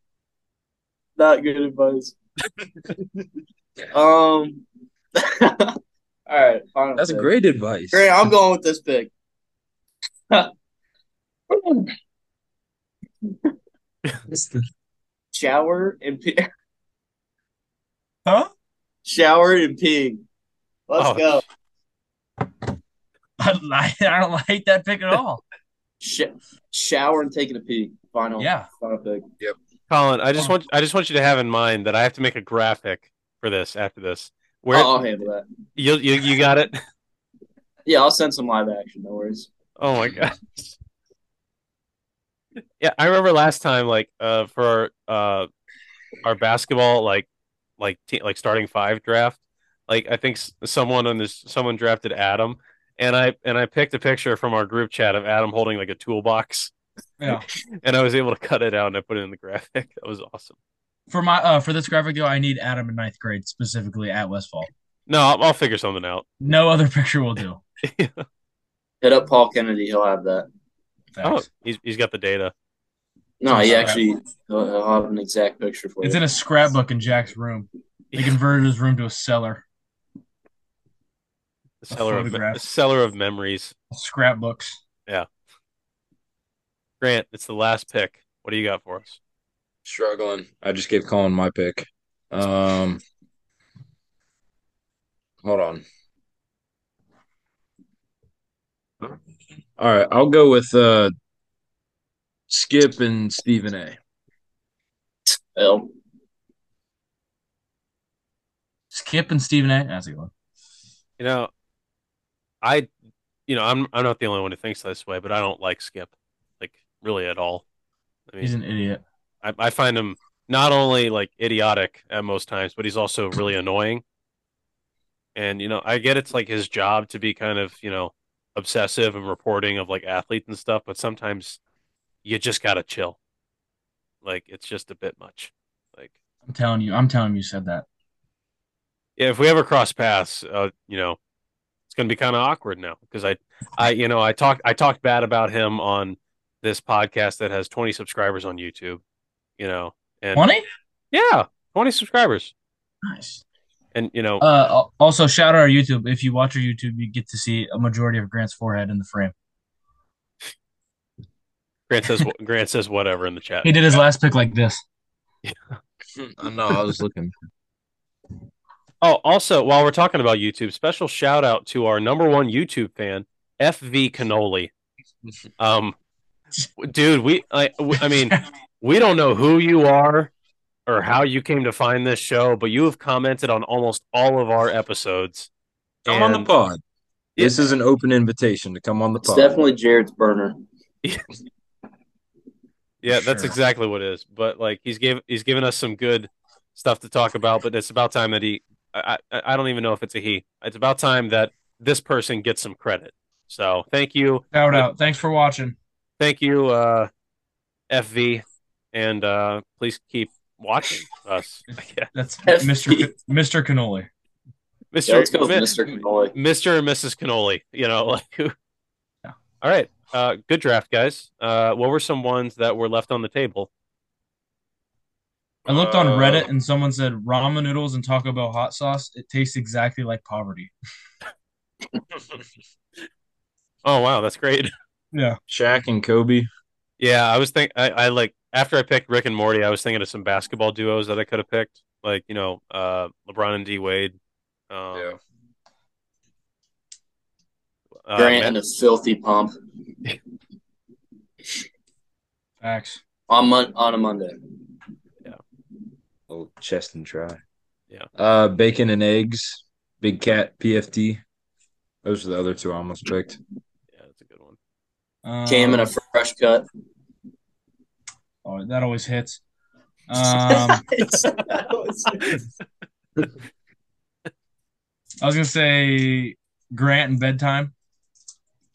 D: Not good advice. um. (laughs) all right. final
E: That's
D: pick.
E: great advice.
D: Great. I'm going with this pick. Shower and pee.
C: Huh?
D: (laughs) Shower and peeing. Let's
B: Oh.
D: go.
C: (laughs) I, I don't hate that pick at all.
D: Sh- shower and taking a pee. Final.
C: Yeah.
D: Final pick.
B: Colin, I just want I just want you to have in mind that I have to make a graphic for this after this. Where
D: I'll, I'll handle that.
B: you, you you got it? (laughs)
D: Yeah, I'll send some live action. No worries.
B: Oh my gosh. Yeah, I remember last time like uh for uh our basketball like like te- like starting five draft, like I think s- someone on this someone drafted Adam and I and I picked a picture from our group chat of Adam holding like a toolbox (laughs)
C: Yeah.
B: and I was able to cut it out and I put it in the graphic. (laughs) That was awesome.
C: For my uh for this graphic though, I need Adam in ninth grade, specifically at Westfall.
B: No, I'll, I'll figure something out.
C: No other (laughs) picture will do.
D: Hit up Paul Kennedy. He'll have that.
B: Oh,
C: Thanks.
B: he's he's got the data.
D: No, he
C: Yeah.
D: actually he'll, he'll have an exact picture for
C: It's
D: you.
C: in a scrapbook in Jack's room. They converted his room to a cellar.
B: The seller of me-
C: photograph.
B: the seller of memories.
C: Scrapbooks.
B: Grant, it's the last pick. What do you got for us?
E: Struggling. I just gave Colin my pick. Um, hold on. All right, I'll go with uh, Skip and Stephen (laughs) A.
D: L.
C: Skip and Stephen A. Ah, That's a good one.
B: You know, I, you know, I'm I'm not the only one who thinks this way, but I don't like Skip, like really at all. I
C: He's
B: mean,
C: an idiot.
B: I, I find him not only like idiotic at most times, but he's also really annoying. And you know, I get it's like his job to be kind of you know obsessive and reporting of like athletes and stuff, but sometimes you just gotta chill. Like it's just a bit much. Like
C: I'm telling you. I'm telling you. you Said that.
B: Yeah, if we ever cross paths, uh, you know, it's going to be kind of awkward now because I, I, you know, I talked I talked bad about him on this podcast that has 20 subscribers on YouTube, you know, and
C: Twenty.
B: yeah, 20 subscribers,
C: Nice.
B: and you know,
C: Uh, al- also shout out our YouTube. If you watch our YouTube, you get to see a majority of Grant's forehead in the frame.
B: Grant says wh- Grant says whatever in the
C: (laughs)
B: chat.
C: He did his last pick like this.
E: I know. I was looking.
B: Oh, also, while we're talking about YouTube, special shout out to our number one YouTube fan, FV Cannoli. Um, dude, we I, w- I mean, we don't know who you are or how you came to find this show, but you have commented on almost all of our episodes.
E: Come on the
B: And-
E: pod. This is an open invitation to come on the
D: It's
E: pod.
D: definitely Jared's burner.
B: Yeah,
C: For
B: that's
C: sure.
B: exactly what it is. But like he's gave he's given us some good stuff to talk about. But it's about time that he I, I I don't even know if it's a he. It's about time that this person gets some credit. So thank you,
C: Shout out. Thanks for watching.
B: thank you, uh, FV, and uh, please keep watching us, (laughs) Yeah.
C: That's
D: (laughs) Yes.
C: Mr. C- Mr. Cannoli.
B: Mister
D: Yeah, let's go with
B: Mi-
D: Mr. Canoy.
B: Mr. and Mrs. Cannoli. You know, (laughs) like who-
C: Yeah.
B: All right, uh, good draft, guys. Uh, what were some ones that were left on the table?
C: I looked on
E: Uh,
C: Reddit and someone said ramen noodles and Taco Bell hot sauce. It tastes exactly like poverty.
B: Oh wow, that's great. (laughs)
C: Yeah.
E: Shaq and Kobe.
B: Yeah, I was think I, I like after I picked Rick and Morty, I was thinking of some basketball duos that I could have picked, like you know, uh, LeBron and D Wade, um,
E: Yeah.
B: uh,
D: Grant
B: Ma-
D: and a filthy pump
C: Facts.
D: on mon- on a Monday.
E: Oh, chest and try.
B: Yeah.
E: Uh, bacon and eggs. Big cat. PFT. Those are the other two I almost picked.
B: yeah, that's a good one.
C: Um,
D: Cam in a fresh
G: (laughs)
D: cut. (laughs)
C: oh, that always hits. Um, I was gonna say Grant and bedtime.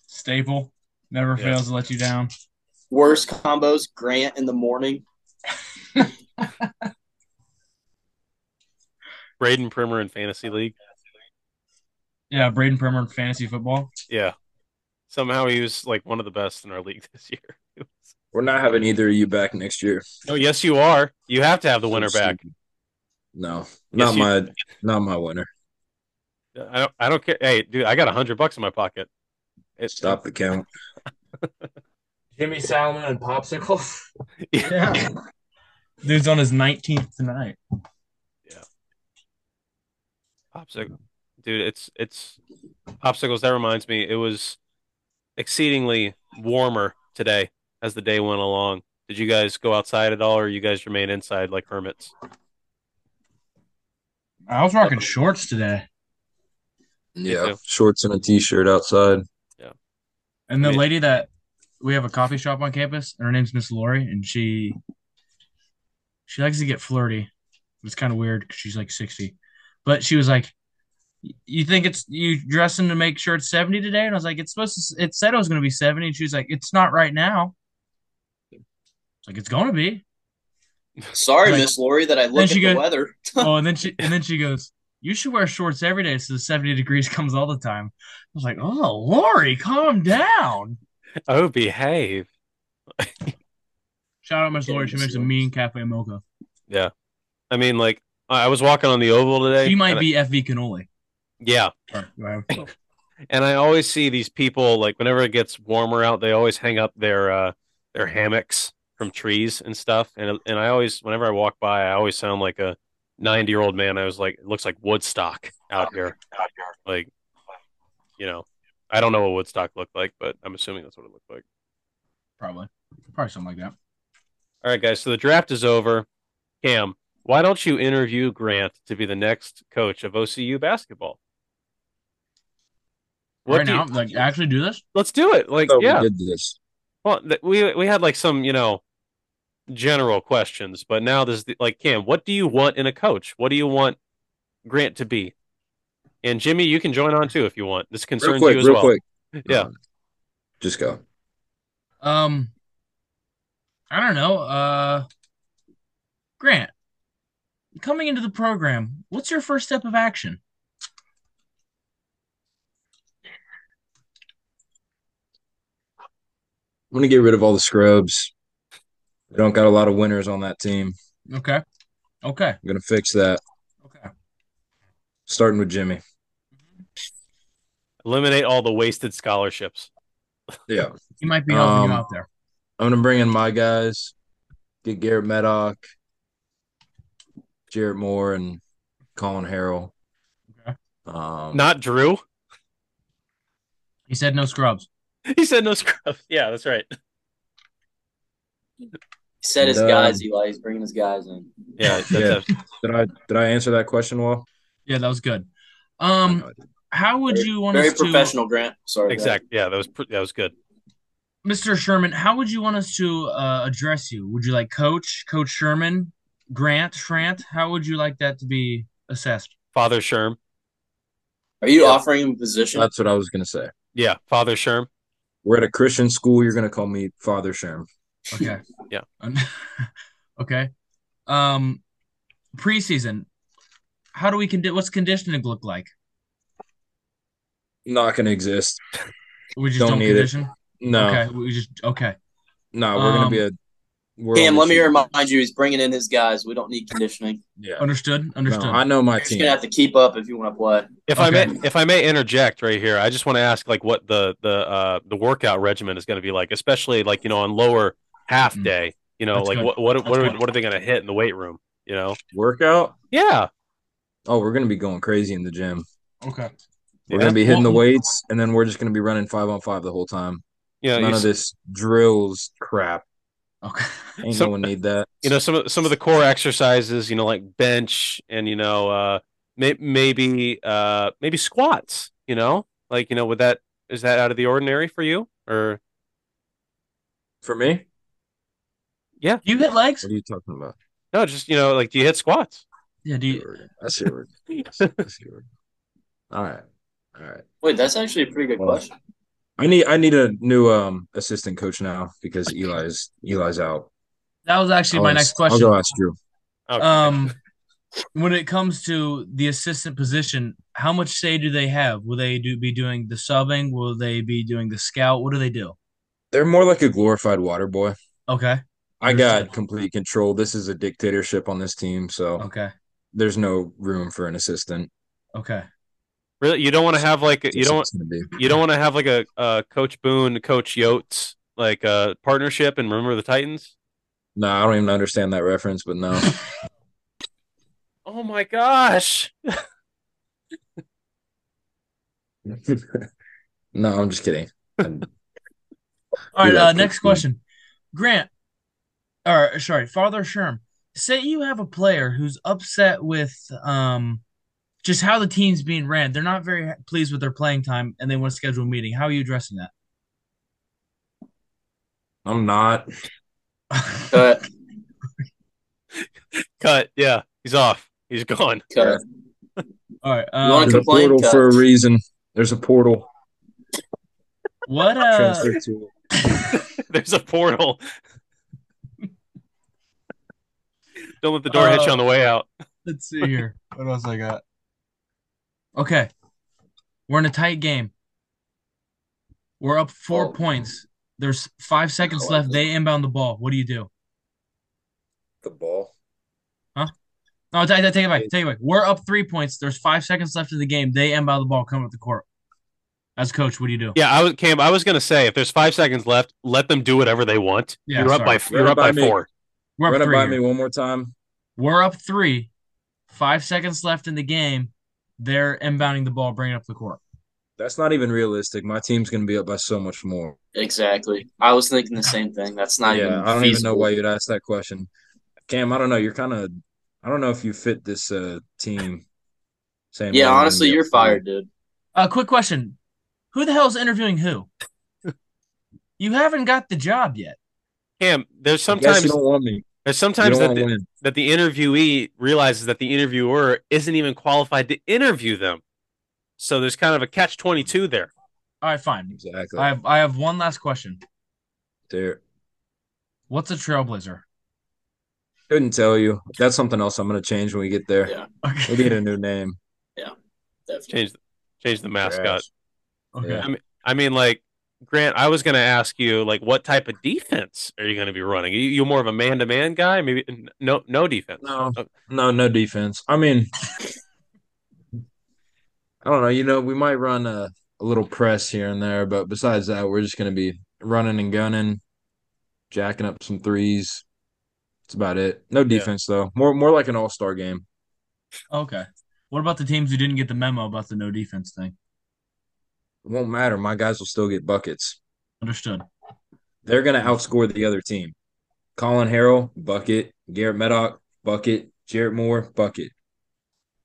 C: Staple. Never
B: Yeah.
C: fails to let you down.
D: Worst combos, Grant in the morning.
B: Braden Primer in fantasy league.
C: Yeah, Braden Primer in fantasy football.
B: Yeah, somehow he was like one of the best in our league (laughs) this year.
E: We're not having either of you back next year.
B: no, yes, you are. You have to have the winner back.
E: No, not
B: you-
E: my, not my winner.
B: I don't. I don't care. Hey, dude, I got a hundred bucks in my pocket. It's
E: Stop the count.
G: Jimmy Salmon and (laughs) popsicles.
C: Yeah. Dude's on his 19th tonight.
B: Popsicle, dude, it's it's popsicles. That reminds me, it was exceedingly warmer today as the day went along. Did you guys go outside at all, or you guys remain inside like hermits?
C: I was rocking shorts today.
E: Yeah,
B: too.
E: shorts and a t-shirt outside.
C: And the
B: I mean-
C: lady that we have a coffee shop on campus, and her name's Miss Lori, and she she likes to get flirty. It's kind of weird because she's like sixty, but she was like, "You think it's you dressing to make sure it's seventy today?" And I was like, "It's supposed to. It said it was going to be 70. And she was like, "It's not right now." It's like it's going to be.
D: Sorry,
C: Like-
D: Miss Lori, that I
C: Then
D: look at
C: she
D: the
C: goes-
D: weather.
C: Oh, and then she and then she goes, "You should wear shorts every day, so the seventy degrees (laughs) comes all the time." I was like, "Oh, Lori, calm down."
B: Oh, behave!
C: Shout out Miss Lori. She makes a mean cafe mocha.
B: I mean, like I I was walking on the Oval today.
C: She might
B: and
C: be FV cannoli.
B: I- yeah, and I always see these people like whenever it gets warmer out, they always hang up their uh their hammocks from trees and stuff. And and I always whenever I walk by, I always sound like a ninety year old man. I was like, it looks like Woodstock out here. Like, you know, I don't know what Woodstock looked like, but I'm assuming that's what it looked like.
C: Probably. Probably something like that.
B: All right, guys. So the draft is over. Cam, why don't you interview Grant to be the next coach of OCU basketball? What
C: right
B: do you-
C: now, like actually do this?
B: let's do it. Like,
E: So
B: yeah.
E: Oh, we did this.
B: Well, th- we we had like some, you know, general questions, but now there's the, like Cam, what do you want in a coach? What do you want Grant to be? And Jimmy, you can join on too if you want. This
E: Real
B: concerns
E: quick,
B: you as
E: real
B: well.
E: quick.
B: (laughs) Yeah.
E: Um, just go.
C: Um I don't know. Uh Grant, coming into the program, what's your first step of action?
E: I'm gonna get rid of all the scrubs. We don't got a lot of winners on that team.
C: Okay. Okay.
E: I'm gonna fix that.
C: Okay.
E: Starting with Jimmy.
B: Eliminate all the wasted scholarships.
E: Yeah.
C: He might be helping
E: Um,
C: you out there.
E: I'm gonna bring in my guys, get Garrett Medock, Jarrett Moore, and Colin Harrell.
C: Okay.
E: Um,
B: Not Drew. (laughs)
C: He said no scrubs.
B: He said no scrubs. (laughs) Yeah, that's right.
D: He said his
E: And, um,
D: guys, Eli. He's bringing his guys in.
B: Yeah, that's
E: Yeah.
B: a-
E: did I did I answer that question well? Uh,
C: Yeah, that was good. Um, how would you want
D: Very
C: us to
D: professional, Grant. Sorry. Zach.
B: exactly. Yeah, that was pr- that was good.
C: Mr. Sherman, how would you want us to uh, address you? Would you like coach, coach Sherman, Grant, Frant? How would you like that to be assessed?
B: Father Sherm.
D: Are you
E: Yeah.
D: offering him a position?
E: That's what I was gonna say.
B: Yeah, Father Sherm.
E: We're at a Christian school. You're gonna call me Father Sherm.
C: Okay.
B: Yeah.
C: Un- (laughs) okay. Um, preseason. How do we condi- What's conditioning look like?
E: Not gonna exist.
C: We just
E: Don't
C: don't,
E: need it.
C: condition.
E: No,
C: Okay. We just okay.
E: no, we're gonna
C: Um,
E: be a. We're
D: Cam,
E: on
D: let me
E: the-
D: remind you, he's bringing in his guys. We don't need conditioning.
E: Yeah,
C: Understood.
E: no,
C: Understood.
E: I know my
D: You're just
E: team.
D: gonna have to keep up if you want to play.
B: If I may, if I may interject right here, I just want to ask like what the the uh the workout regimen is going to be like, especially like you know on lower half
C: Mm.
B: day. You know,
C: That's
B: like
C: good.
B: what what
C: That's
B: what are,
C: good.
B: what are they going to hit in the weight room? You know,
E: Workout.
B: yeah,
E: Oh, we're gonna be going crazy in the gym.
C: okay.
B: Yeah.
E: We're gonna be hitting the
C: Well-
E: weights, and then we're just gonna be running five on five the whole time.
B: yeah. You,
E: None of
B: s-
E: this drills crap.
C: Okay. (laughs)
E: Ain't
B: Some-
E: no one need that.
B: you know some of some of the core exercises. You know, like bench and you know uh may, maybe uh maybe squats. You know, like you know would that is that out of the ordinary for you or
E: for me.
C: Do you hit legs?
E: What are you talking about?
B: no? Just you know like do you hit squats?
C: Yeah. Do
E: I see
C: you?
E: where we're- I see where. we're- I see- I see where we're- All right, all right.
D: Wait, that's actually a pretty good
E: Well,
D: question.
E: I need I need a new um assistant coach now because Eli's Eli's out.
C: That was actually my
E: I'll
C: next
E: ask-
C: question.
E: I'll go ask Drew.
B: Okay.
C: Um, when it comes to the assistant position, how much say do they have? Will they do be doing the subbing? Will they be doing the scout? What do they do?
E: They're more like a glorified water boy.
C: Okay.
E: I
C: Understood.
E: got complete control. This is a dictatorship on this team, so
C: Okay.
E: there's no room for an assistant.
C: Okay.
B: really, you don't want to have like a- you
E: That's
B: don't
E: what it's gonna be.
B: you don't want to have like a, uh Coach Boone, Coach Yotes like uh, partnership and remember the Titans.
E: No, I don't even understand that reference,
C: (laughs)
E: but no.
B: Oh my gosh!
E: no, I'm just kidding. And
C: All
E: Do
C: right,
E: that
C: uh,
E: quick
C: next
E: thing.
C: question. Grant, or sorry, Father Sherm, say you have a player who's upset with um just how the team's being ran. They're not very pleased with their playing time and they want to schedule a meeting. How are you addressing that? (laughs)
E: I'm (laughs) not.
D: Cut,
B: Cut. Yeah, he's off. He's gone. (laughs)
D: cut.
C: All right.
D: You wanna
C: Uh,
E: There's a
D: complain,
E: portal
D: cut.
E: for a reason. There's a portal.
C: what uh
E: Transfer to it.
B: There's a portal. don't let the door hit you
C: Uh,
B: on the way out.
C: let's see (laughs) here. What else I got? Okay. We're in a tight game. We're up four
D: Oh.
C: points. There's five seconds
D: like
C: left.
D: that.
C: They inbound the ball. What do you do?
E: The ball.
C: No, take, take it back. Take it back. We're up three points. There's five seconds left of the game. They inbound the ball. Come up the court. As coach, what do you do?
B: Yeah, I was Cam. I was gonna say if there's five seconds left, let them do whatever they want.
C: Yeah,
B: you're up
C: sorry.
B: by you're
E: Run it
B: up by
E: by me.
B: four.
C: We're up
E: Run it
C: three.
E: by
C: here.
E: me one more time.
C: We're up three. Five seconds left in the game. They're inbounding the ball, bringing up the court.
E: That's not even realistic. My team's gonna be up by so much more.
D: Exactly. I was thinking the same thing. That's not even.
E: Yeah, I don't even know
D: feasible.
E: why you'd ask that question. Cam, I don't know. You're kind of, I don't know if you fit this uh, team. Saying,
D: Yeah,
E: "Man, I'm
D: honestly,
E: gonna be
D: you're
E: up for
D: fired,
E: it."
D: dude.
C: Uh, quick question: Who the hell's interviewing
E: (laughs)
C: who? you haven't got the job yet.
B: Cam, there's
E: I guess you
B: sometimes
E: don't want me.
B: there's
E: You
B: sometimes
E: don't
B: that
E: want
B: the,
E: to win.
B: that the interviewee realizes that the interviewer isn't even qualified to interview them. So there's kind of a catch twenty two there.
C: All right, fine.
E: Exactly.
C: I have I have one last question.
E: There.
C: (laughs) What's a trailblazer?
E: Couldn't tell you. That's something else I'm gonna change when we get there.
D: Yeah.
E: We need a new name.
D: Definitely.
B: Change, change the mascot.
E: Trash.
C: Okay.
E: Yeah.
B: I mean, like Grant, I was going to ask you, like, what type of defense are you going to be running? You, you more of a man-to-man guy? Maybe n- no, no defense.
E: No.
B: Uh,
E: No, no defense. I mean, I don't know. You know, we might run a, a little press here and there, but besides that, we're just going to be running and gunning, jacking up some threes. That's about it. No defense though. More more like an all star game.
C: Okay. What about the teams who didn't get the memo about the no defense thing?
E: It won't matter. My guys will still get buckets.
C: Understood.
E: They're going to outscore the other team. Colin Harrell, bucket. Garrett Medock, bucket. Jarrett Moore, bucket.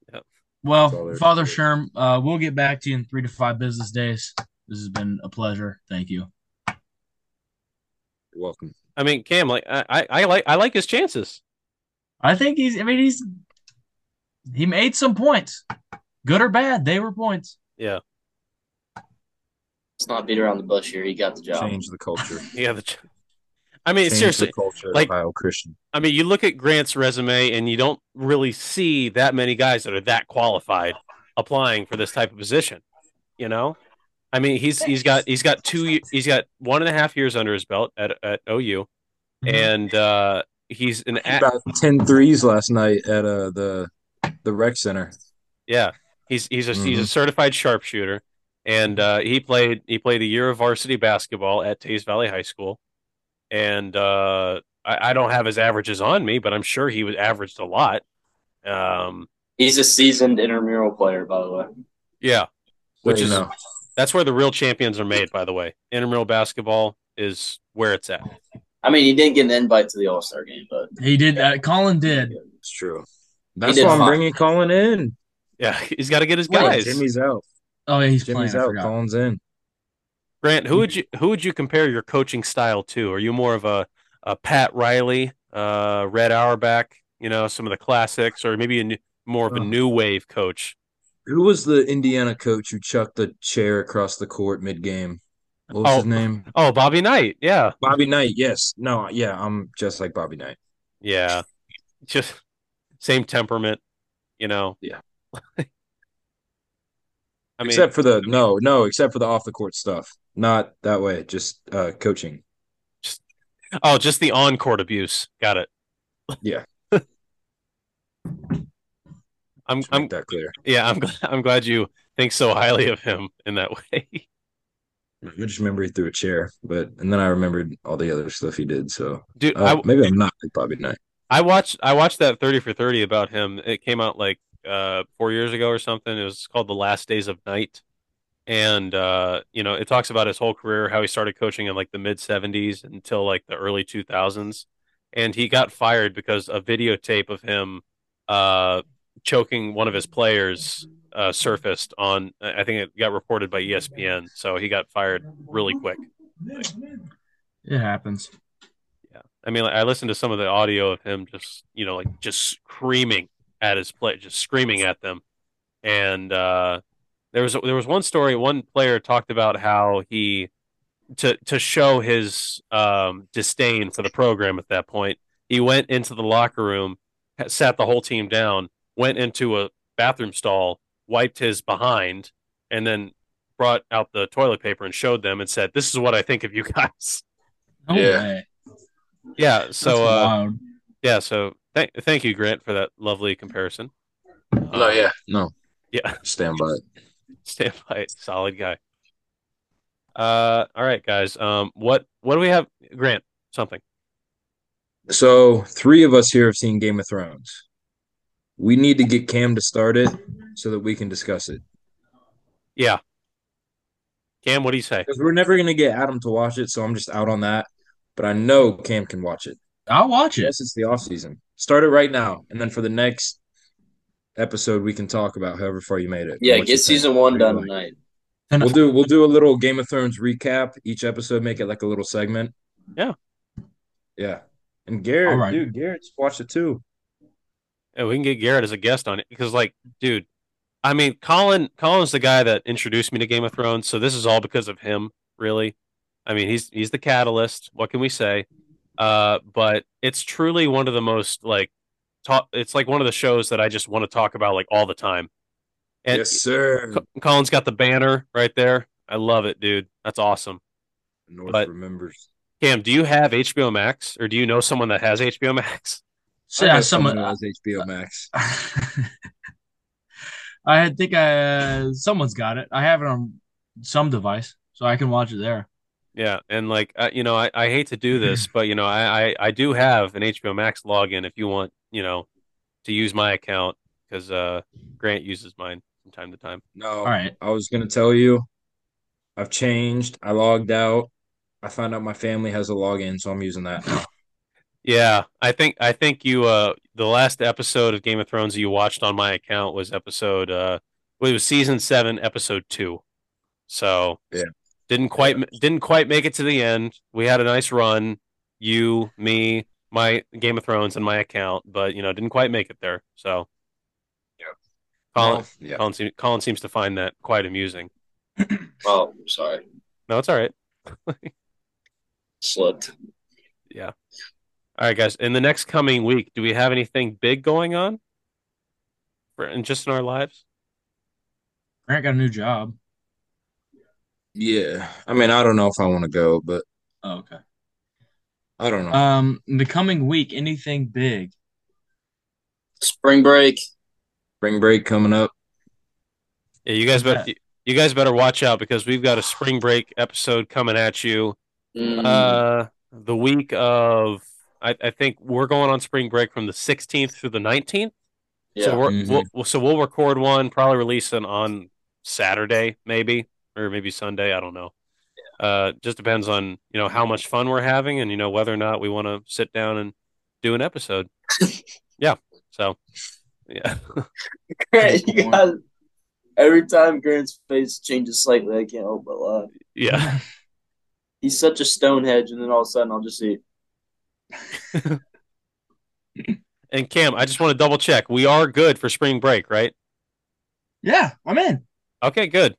E: That's all
C: Well,
E: there is
C: Father
E: to it.
C: Sherm, uh, we'll get back to you in three to five business days. This has been a pleasure. Thank you.
E: You're welcome.
B: I mean, Cam, like, I, I, I like, I like his chances.
C: I think he's. I mean, he's. He made some points, good or bad. They were points.
B: Yeah,
D: Let's not beat around the bush here. He got the job.
E: Change the culture.
B: yeah. The, ch- I mean,
E: Change the
B: seriously,
E: culture of
B: like-
E: Ohio Christian.
B: I mean, you look at Grant's resume and you don't really see that many guys that are that qualified applying for this type of position. You know, I mean, he's he's got he's got two ye- he's got one and a half years under his belt at at OU,
C: Mhm.
B: and uh, he's an a-
E: about 10 threes last night at uh, the the rec center.
B: yeah he's he's a he's a
E: Mhm.
B: certified sharpshooter, and uh, he played he played a year of varsity basketball at Tays Valley High School, and uh, I, I don't have his averages on me, but I'm sure he was averaged a lot. Um,
D: He's a seasoned intramural player, by the way.
B: yeah. Which
E: you
B: is-
E: know,
B: That's where the real champions are made, by the way. Intramural basketball is where it's at.
D: I mean, he didn't get an invite to the All Star game, but
C: He did. Uh, Colin did.
E: it's true. That's
D: did
E: why I'm
D: fine.
E: bringing Colin in.
B: Yeah, he's got to get his
E: Yeah,
B: guys.
E: Jimmy's out.
C: Oh, yeah, he's
E: Jimmy's
C: playing. I
E: out.
C: forgot.
E: Colin's in.
B: Grant, who would you who would you compare your coaching style to? Are you more of a, a Pat Riley, uh, Red Auerbach, you know, some of the classics, or maybe a new, more of a
E: Oh.
B: new wave coach?
E: Who was the Indiana coach who chucked the chair across the court mid game? What was
B: Oh.
E: his name?
B: Oh, Bobby Knight. Yeah,
E: Bobby Knight. Yes. No. Yeah. I'm just like Bobby Knight.
B: yeah, (laughs) just same temperament, you know. (laughs)
E: Yeah.
B: I mean,
E: except for the no, no. Except for the off the court stuff. Not that way. Just uh, coaching.
B: oh, just the on court abuse. Got it.
E: Yeah.
B: I'm
E: Just make
B: I'm
E: that clear.
B: yeah I'm glad, I'm glad you think so highly of him in that way. Mm-hmm.
E: I just remember he threw a chair, but and then I remembered all the other stuff he did. So
B: Dude,
E: Uh,
B: I,
E: maybe I'm not like Bobby Knight.
B: I watched I watched that 30 for 30 about him. It came out like uh 4 years ago or something. It was called The Last Days of Night. And uh you know, it talks about his whole career how he started coaching in like the mid 70s until like the early 2000s and he got fired because a videotape of him uh choking one of his players uh surfaced on I I think it got reported by E ESPN. So he got fired really quick.
C: It happens.
B: I mean, like, I listened to some of the audio of him just, you know, like just screaming at his play, just screaming at them. And uh, there was there was one story. One player talked about how he to to show his um, disdain for the program at that point. He went into the locker room, ha- sat the whole team down, went into a bathroom stall, wiped his behind, and then brought out the toilet paper and showed them and said, "This is what I think of you (laughs) guys."
C: No
G: Yeah.
C: way.
B: Yeah. So.
C: That's
B: uh,
C: Oh, wild.
B: yeah, so thank thank you, Grant, for that lovely comparison.
G: No, yeah.
E: No,
B: Yeah,
E: stand by it.
B: (laughs) stand by it. Solid guy. Uh all right, guys. Um what what do we have? Grant, something.
E: So three of us here have seen Game of Thrones. We need to get Cam to start it so that we can discuss it
B: Yeah. Cam, what do you say?
E: because we're never gonna get Adam to watch it. So I'm just out on that. But I know Cam can watch it.
C: I'll watch it.
E: Yes, it's the off season. Start it right now, and then for the next episode, we can talk about however far you made it.
D: yeah,
E: What you
D: get
E: think.
D: season one done
E: Really.
D: tonight.
E: We'll do we'll do a little Game of Thrones recap each episode. Make it like a little segment.
B: Yeah.
E: yeah. And Garrett,
C: All right.
E: dude, Garrett's watched it too.
B: And Oh, we can get Garrett as a guest on it because like, dude, I mean Colin Colin's the guy that introduced me to Game of Thrones, so this is all because of him, really. I mean, he's he's the catalyst. What can we say? Uh, but it's truly one of the most like talk. It's like one of the shows that I just want to talk about like all the time. And
E: yes, sir.
B: Co- Colin's got the banner right there. I love it, dude. That's awesome.
E: North
B: but-
E: remembers.
B: Cam, do you have HBO Max or do you know someone that has HBO Max?
E: I
C: yeah,
E: know
C: someone.
E: that has HBO Max.
C: (laughs) I had- think I, someone's got it. I have it on some device, so I can watch it there.
B: Yeah, and like uh, you know, I, I hate to do this, but you know, I, I I do have an HBO Max login if you want, you know, to use my account because uh, Grant uses mine from time to time.
E: No,
C: All right.
E: I was gonna tell you, I've changed. I logged out. I found out my family has a login, so I'm using that now.
B: Yeah, I think I think you uh the last episode of Game of Thrones you watched on my account was episode uh well, it was season 7 episode 2. So
E: Yeah.
B: didn't quite didn't quite make it to the end. We had a nice run, you, me, my Game of Thrones and my account, but you know, didn't quite make it there. So Colin,
E: Well, yeah.
B: Colin, se- Colin seems to find that quite amusing.
D: Oh, sorry.
B: No, it's all right.
D: Slipped.
B: All right, guys. In the next coming week, do we have anything big going on? For, and just in our lives?
C: Grant got a new job.
E: Yeah. I mean, I don't know if I want to go, but
C: Oh, okay.
E: I don't know.
C: Um, in the coming week, anything big?
D: Spring break.
E: Spring break coming up.
B: Yeah, you guys better
C: Yeah.
B: you guys better watch out because we've got a spring break episode coming at you.
D: Mm,
B: Uh the week of I, I think we're going on spring break from the 16th through the 19th.
D: yeah.
B: So we're,
E: Mhm.
B: we'll- we'll so we'll record one, probably release it on Saturday, maybe or maybe Sunday. I don't know. Uh, just depends on you know how much fun we're having and you know whether or not we want to sit down and do an
D: (laughs)
B: episode. yeah. So yeah, (laughs)
D: (laughs) Grant, you guys, every time Grant's face changes slightly, I can't help but laugh.
B: yeah.
D: He's such a Stonehenge, and then all of a sudden, I'll just see.
B: And Cam, I just want to double check. We are good for spring break, right?
C: (laughs) Yeah, I'm in.
B: Okay, good.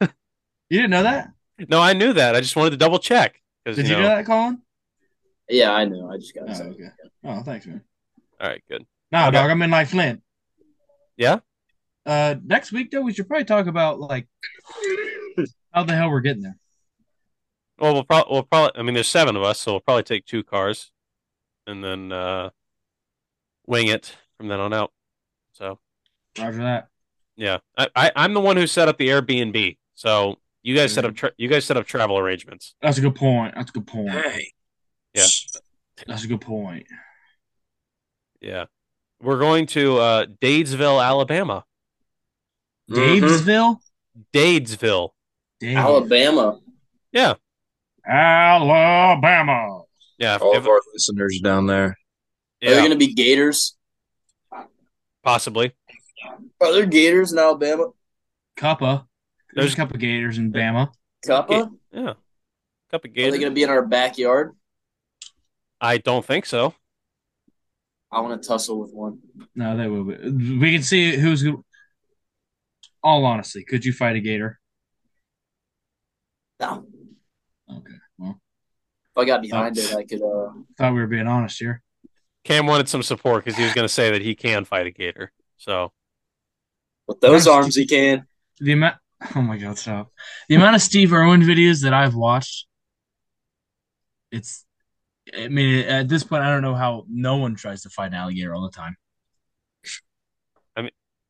C: You didn't know that?
B: No, I knew that. I just wanted to double check because
C: Did you know that, Colin?
D: Yeah, I know. I just got
C: Oh,
D: excited.
C: okay. Oh, thanks, man.
B: All right, good.
C: Nah,
B: Okay.
C: dog, I'm in like Flint.
B: Yeah?
C: Uh, next week though, we should probably talk about like how the hell we're getting there.
B: Well, we'll probably we'll probably. I mean, there's seven of us, so we'll probably take two cars, and then uh, wing it from then on out. So
C: Roger that.
B: yeah, I, I I'm the one who set up the Airbnb. So you guys
C: Mm-hmm.
B: set up tra- you guys set up travel arrangements.
C: That's a good point. That's a good point.
E: Hey.
B: Yeah.
C: That's a good point.
B: Yeah, we're going to uh, Dadesville, Alabama.
E: Mhm.
C: Davesville?
B: Dadesville. Mm-hmm.
C: Dave.
D: Alabama.
B: Yeah,
C: Alabama.
B: yeah, if-
D: Oh,
E: All
B: if-
E: of our listeners down there.
D: Are there
B: yeah
D: going to be Gators?
B: possibly.
D: Are there Gators in Alabama?
C: Cuppa. There's
B: There's-
C: a couple Gators in Bama.
D: Kappa?
B: Ga- Yeah, cup of
D: Are
B: Gator.
D: they going to be in our backyard?
B: I don't think so.
D: I want to tussle with one.
C: No, they will be. We can see who's. go- All honestly, could you fight a Gator?
D: No.
C: Okay.
D: If I got behind it, I could. Uh,
C: Thought we were being honest here.
B: Cam wanted some support because he was going to say that he can fight a gator. So
D: with those arms, he can.
C: The amount. Oh my God! Stop. The amount of Steve Irwin videos that I've watched. It's. I mean, at this point, I don't know how no one tries to fight an alligator all the time.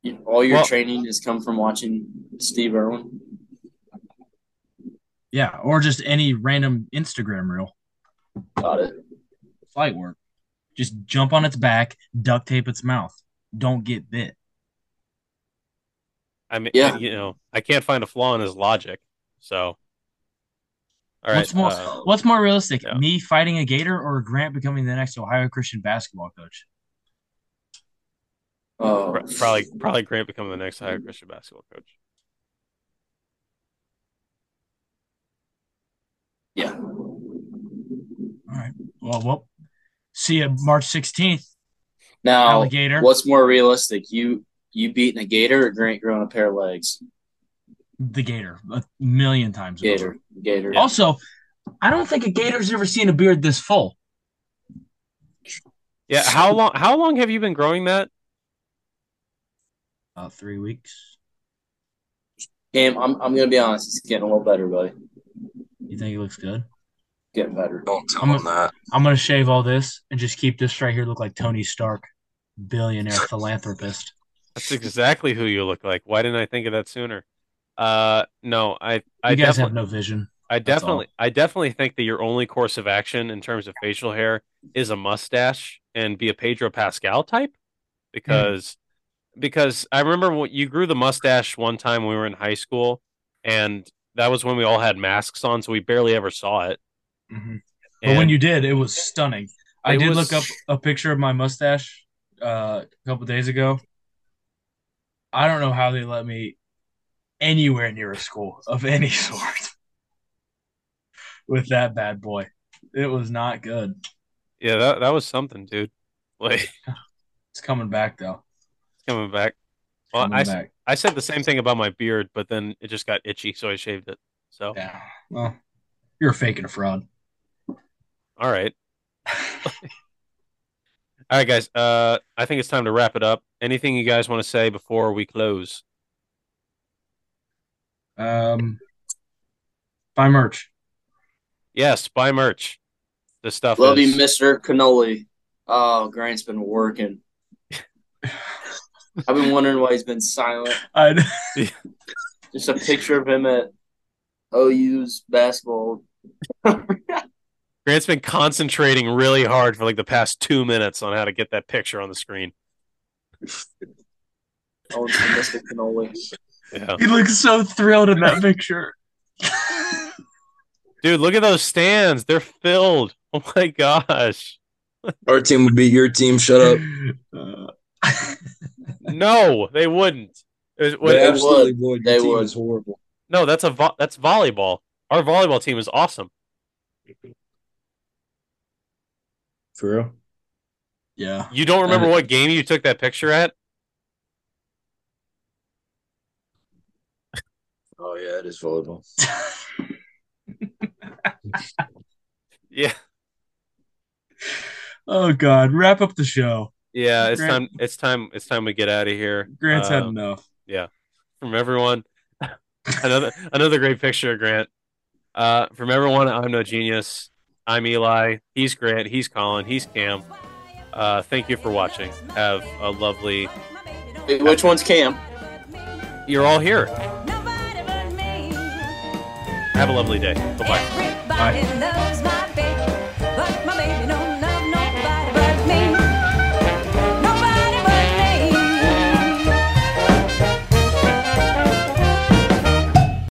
D: You- All your
B: Well-
D: training has come from watching Steve Irwin.
C: Yeah, or just any random Instagram reel.
D: Got it.
C: Flight work. Just jump on its back, duct tape its mouth. Don't get bit.
B: I mean,
D: Yeah.
B: you know, I can't find a flaw in his logic. So, all right,
C: what's more,
B: uh,
C: what's more realistic,
B: yeah.
C: me fighting a gator or Grant becoming the next Ohio Christian basketball coach?
D: Oh,
B: pr- probably probably Grant becoming the next higher Christian basketball coach.
D: yeah.
C: Well, well, see you March sixteenth,
D: Now,
C: alligator.
D: what's more realistic? You you beating a gator or Grant growing a pair of legs?
C: The gator, a million times. over.
D: Gator, gator.
C: Also, I don't think a gator's ever seen a beard this full.
B: Yeah, how long how long have you been growing that?
C: About three weeks.
D: Cam, I'm, I'm gonna be honest. It's getting a little better, buddy.
C: You think it looks good?
D: Getting better.
H: Don't tell
C: I'm a-
H: him that.
C: I'm gonna shave all this and just keep this right here look like Tony Stark, billionaire philanthropist.
B: That's exactly who you look like. Why didn't I think of that sooner? Uh no, I
C: You
B: I
C: guys
B: definitely
C: have no vision.
B: I
C: That's
B: definitely, I definitely think that your only course of action in terms of facial hair is a mustache and be a Pedro Pascal type,
C: Mm.
B: because, because I remember when you grew the mustache one time when we were in high school, and that was when we all had masks on, so we barely ever saw it.
C: But when
B: And
C: you did, it was stunning. I
B: It
C: did
B: was-
C: look up a picture of my mustache uh, a couple days ago. I don't know how they let me anywhere near a school of any (laughs) sort with that bad boy. It was not good.
B: yeah, that that was something, dude. (laughs) Like
C: It's coming back though.
B: coming back. Well,
C: Coming
B: I s-
C: back.
B: I said the same thing about my beard, but then it just got itchy, so I shaved it. So
C: Yeah. Well, you're a fake and a fraud.
B: All right. All right, guys. Uh, I think it's time to wrap it up. Anything you guys want to say before we close?
C: Um, buy merch.
B: Yes, buy merch. The stuff
D: Love
B: is
D: you, Mister Cannoli. Oh, Grant's
B: (laughs)
D: been working. I've been wondering why he's been silent.
C: I
D: Just a picture of him at OU's basketball.
B: Grant's been concentrating really hard for like the past two minutes on how to get that picture on the screen.
D: Oh, it's Mr. Cannoli.
B: Yeah,
C: (laughs) he looks so thrilled in that picture.
B: dude, look at those stands. They're filled. Oh my gosh.
E: Our team would beat your team. Shut up.
C: (laughs) Uh, (laughs)
B: No, they wouldn't. It was- what-
E: they
D: They
E: absolutely would.
D: They
E: Your team
D: would.
E: is horrible.
B: no, that's a vo- that's volleyball. Our volleyball team is awesome.
E: For real.
C: yeah.
B: You don't remember
D: Uh-huh.
E: Uh,
B: what game you took that picture at?
E: Oh yeah, it is volleyball.
B: Yeah,
C: Oh God! Wrap up the show.
B: yeah. It's time.
C: Grant-
B: It's time. It's time we get out of here.
C: Grant's had
B: Um,
C: enough.
B: from everyone. (laughs) another another great picture, of Grant. Uh, from everyone, I'm no genius. I'm Eli. He's Grant. He's Colin. He's Cam. Um, Uh, thank you for watching. Have a lovely.
D: Wait, which one's Cam?
B: You're all here.
A: Nobody but me.
B: Have a lovely day. Bye bye.
A: Everybody loves my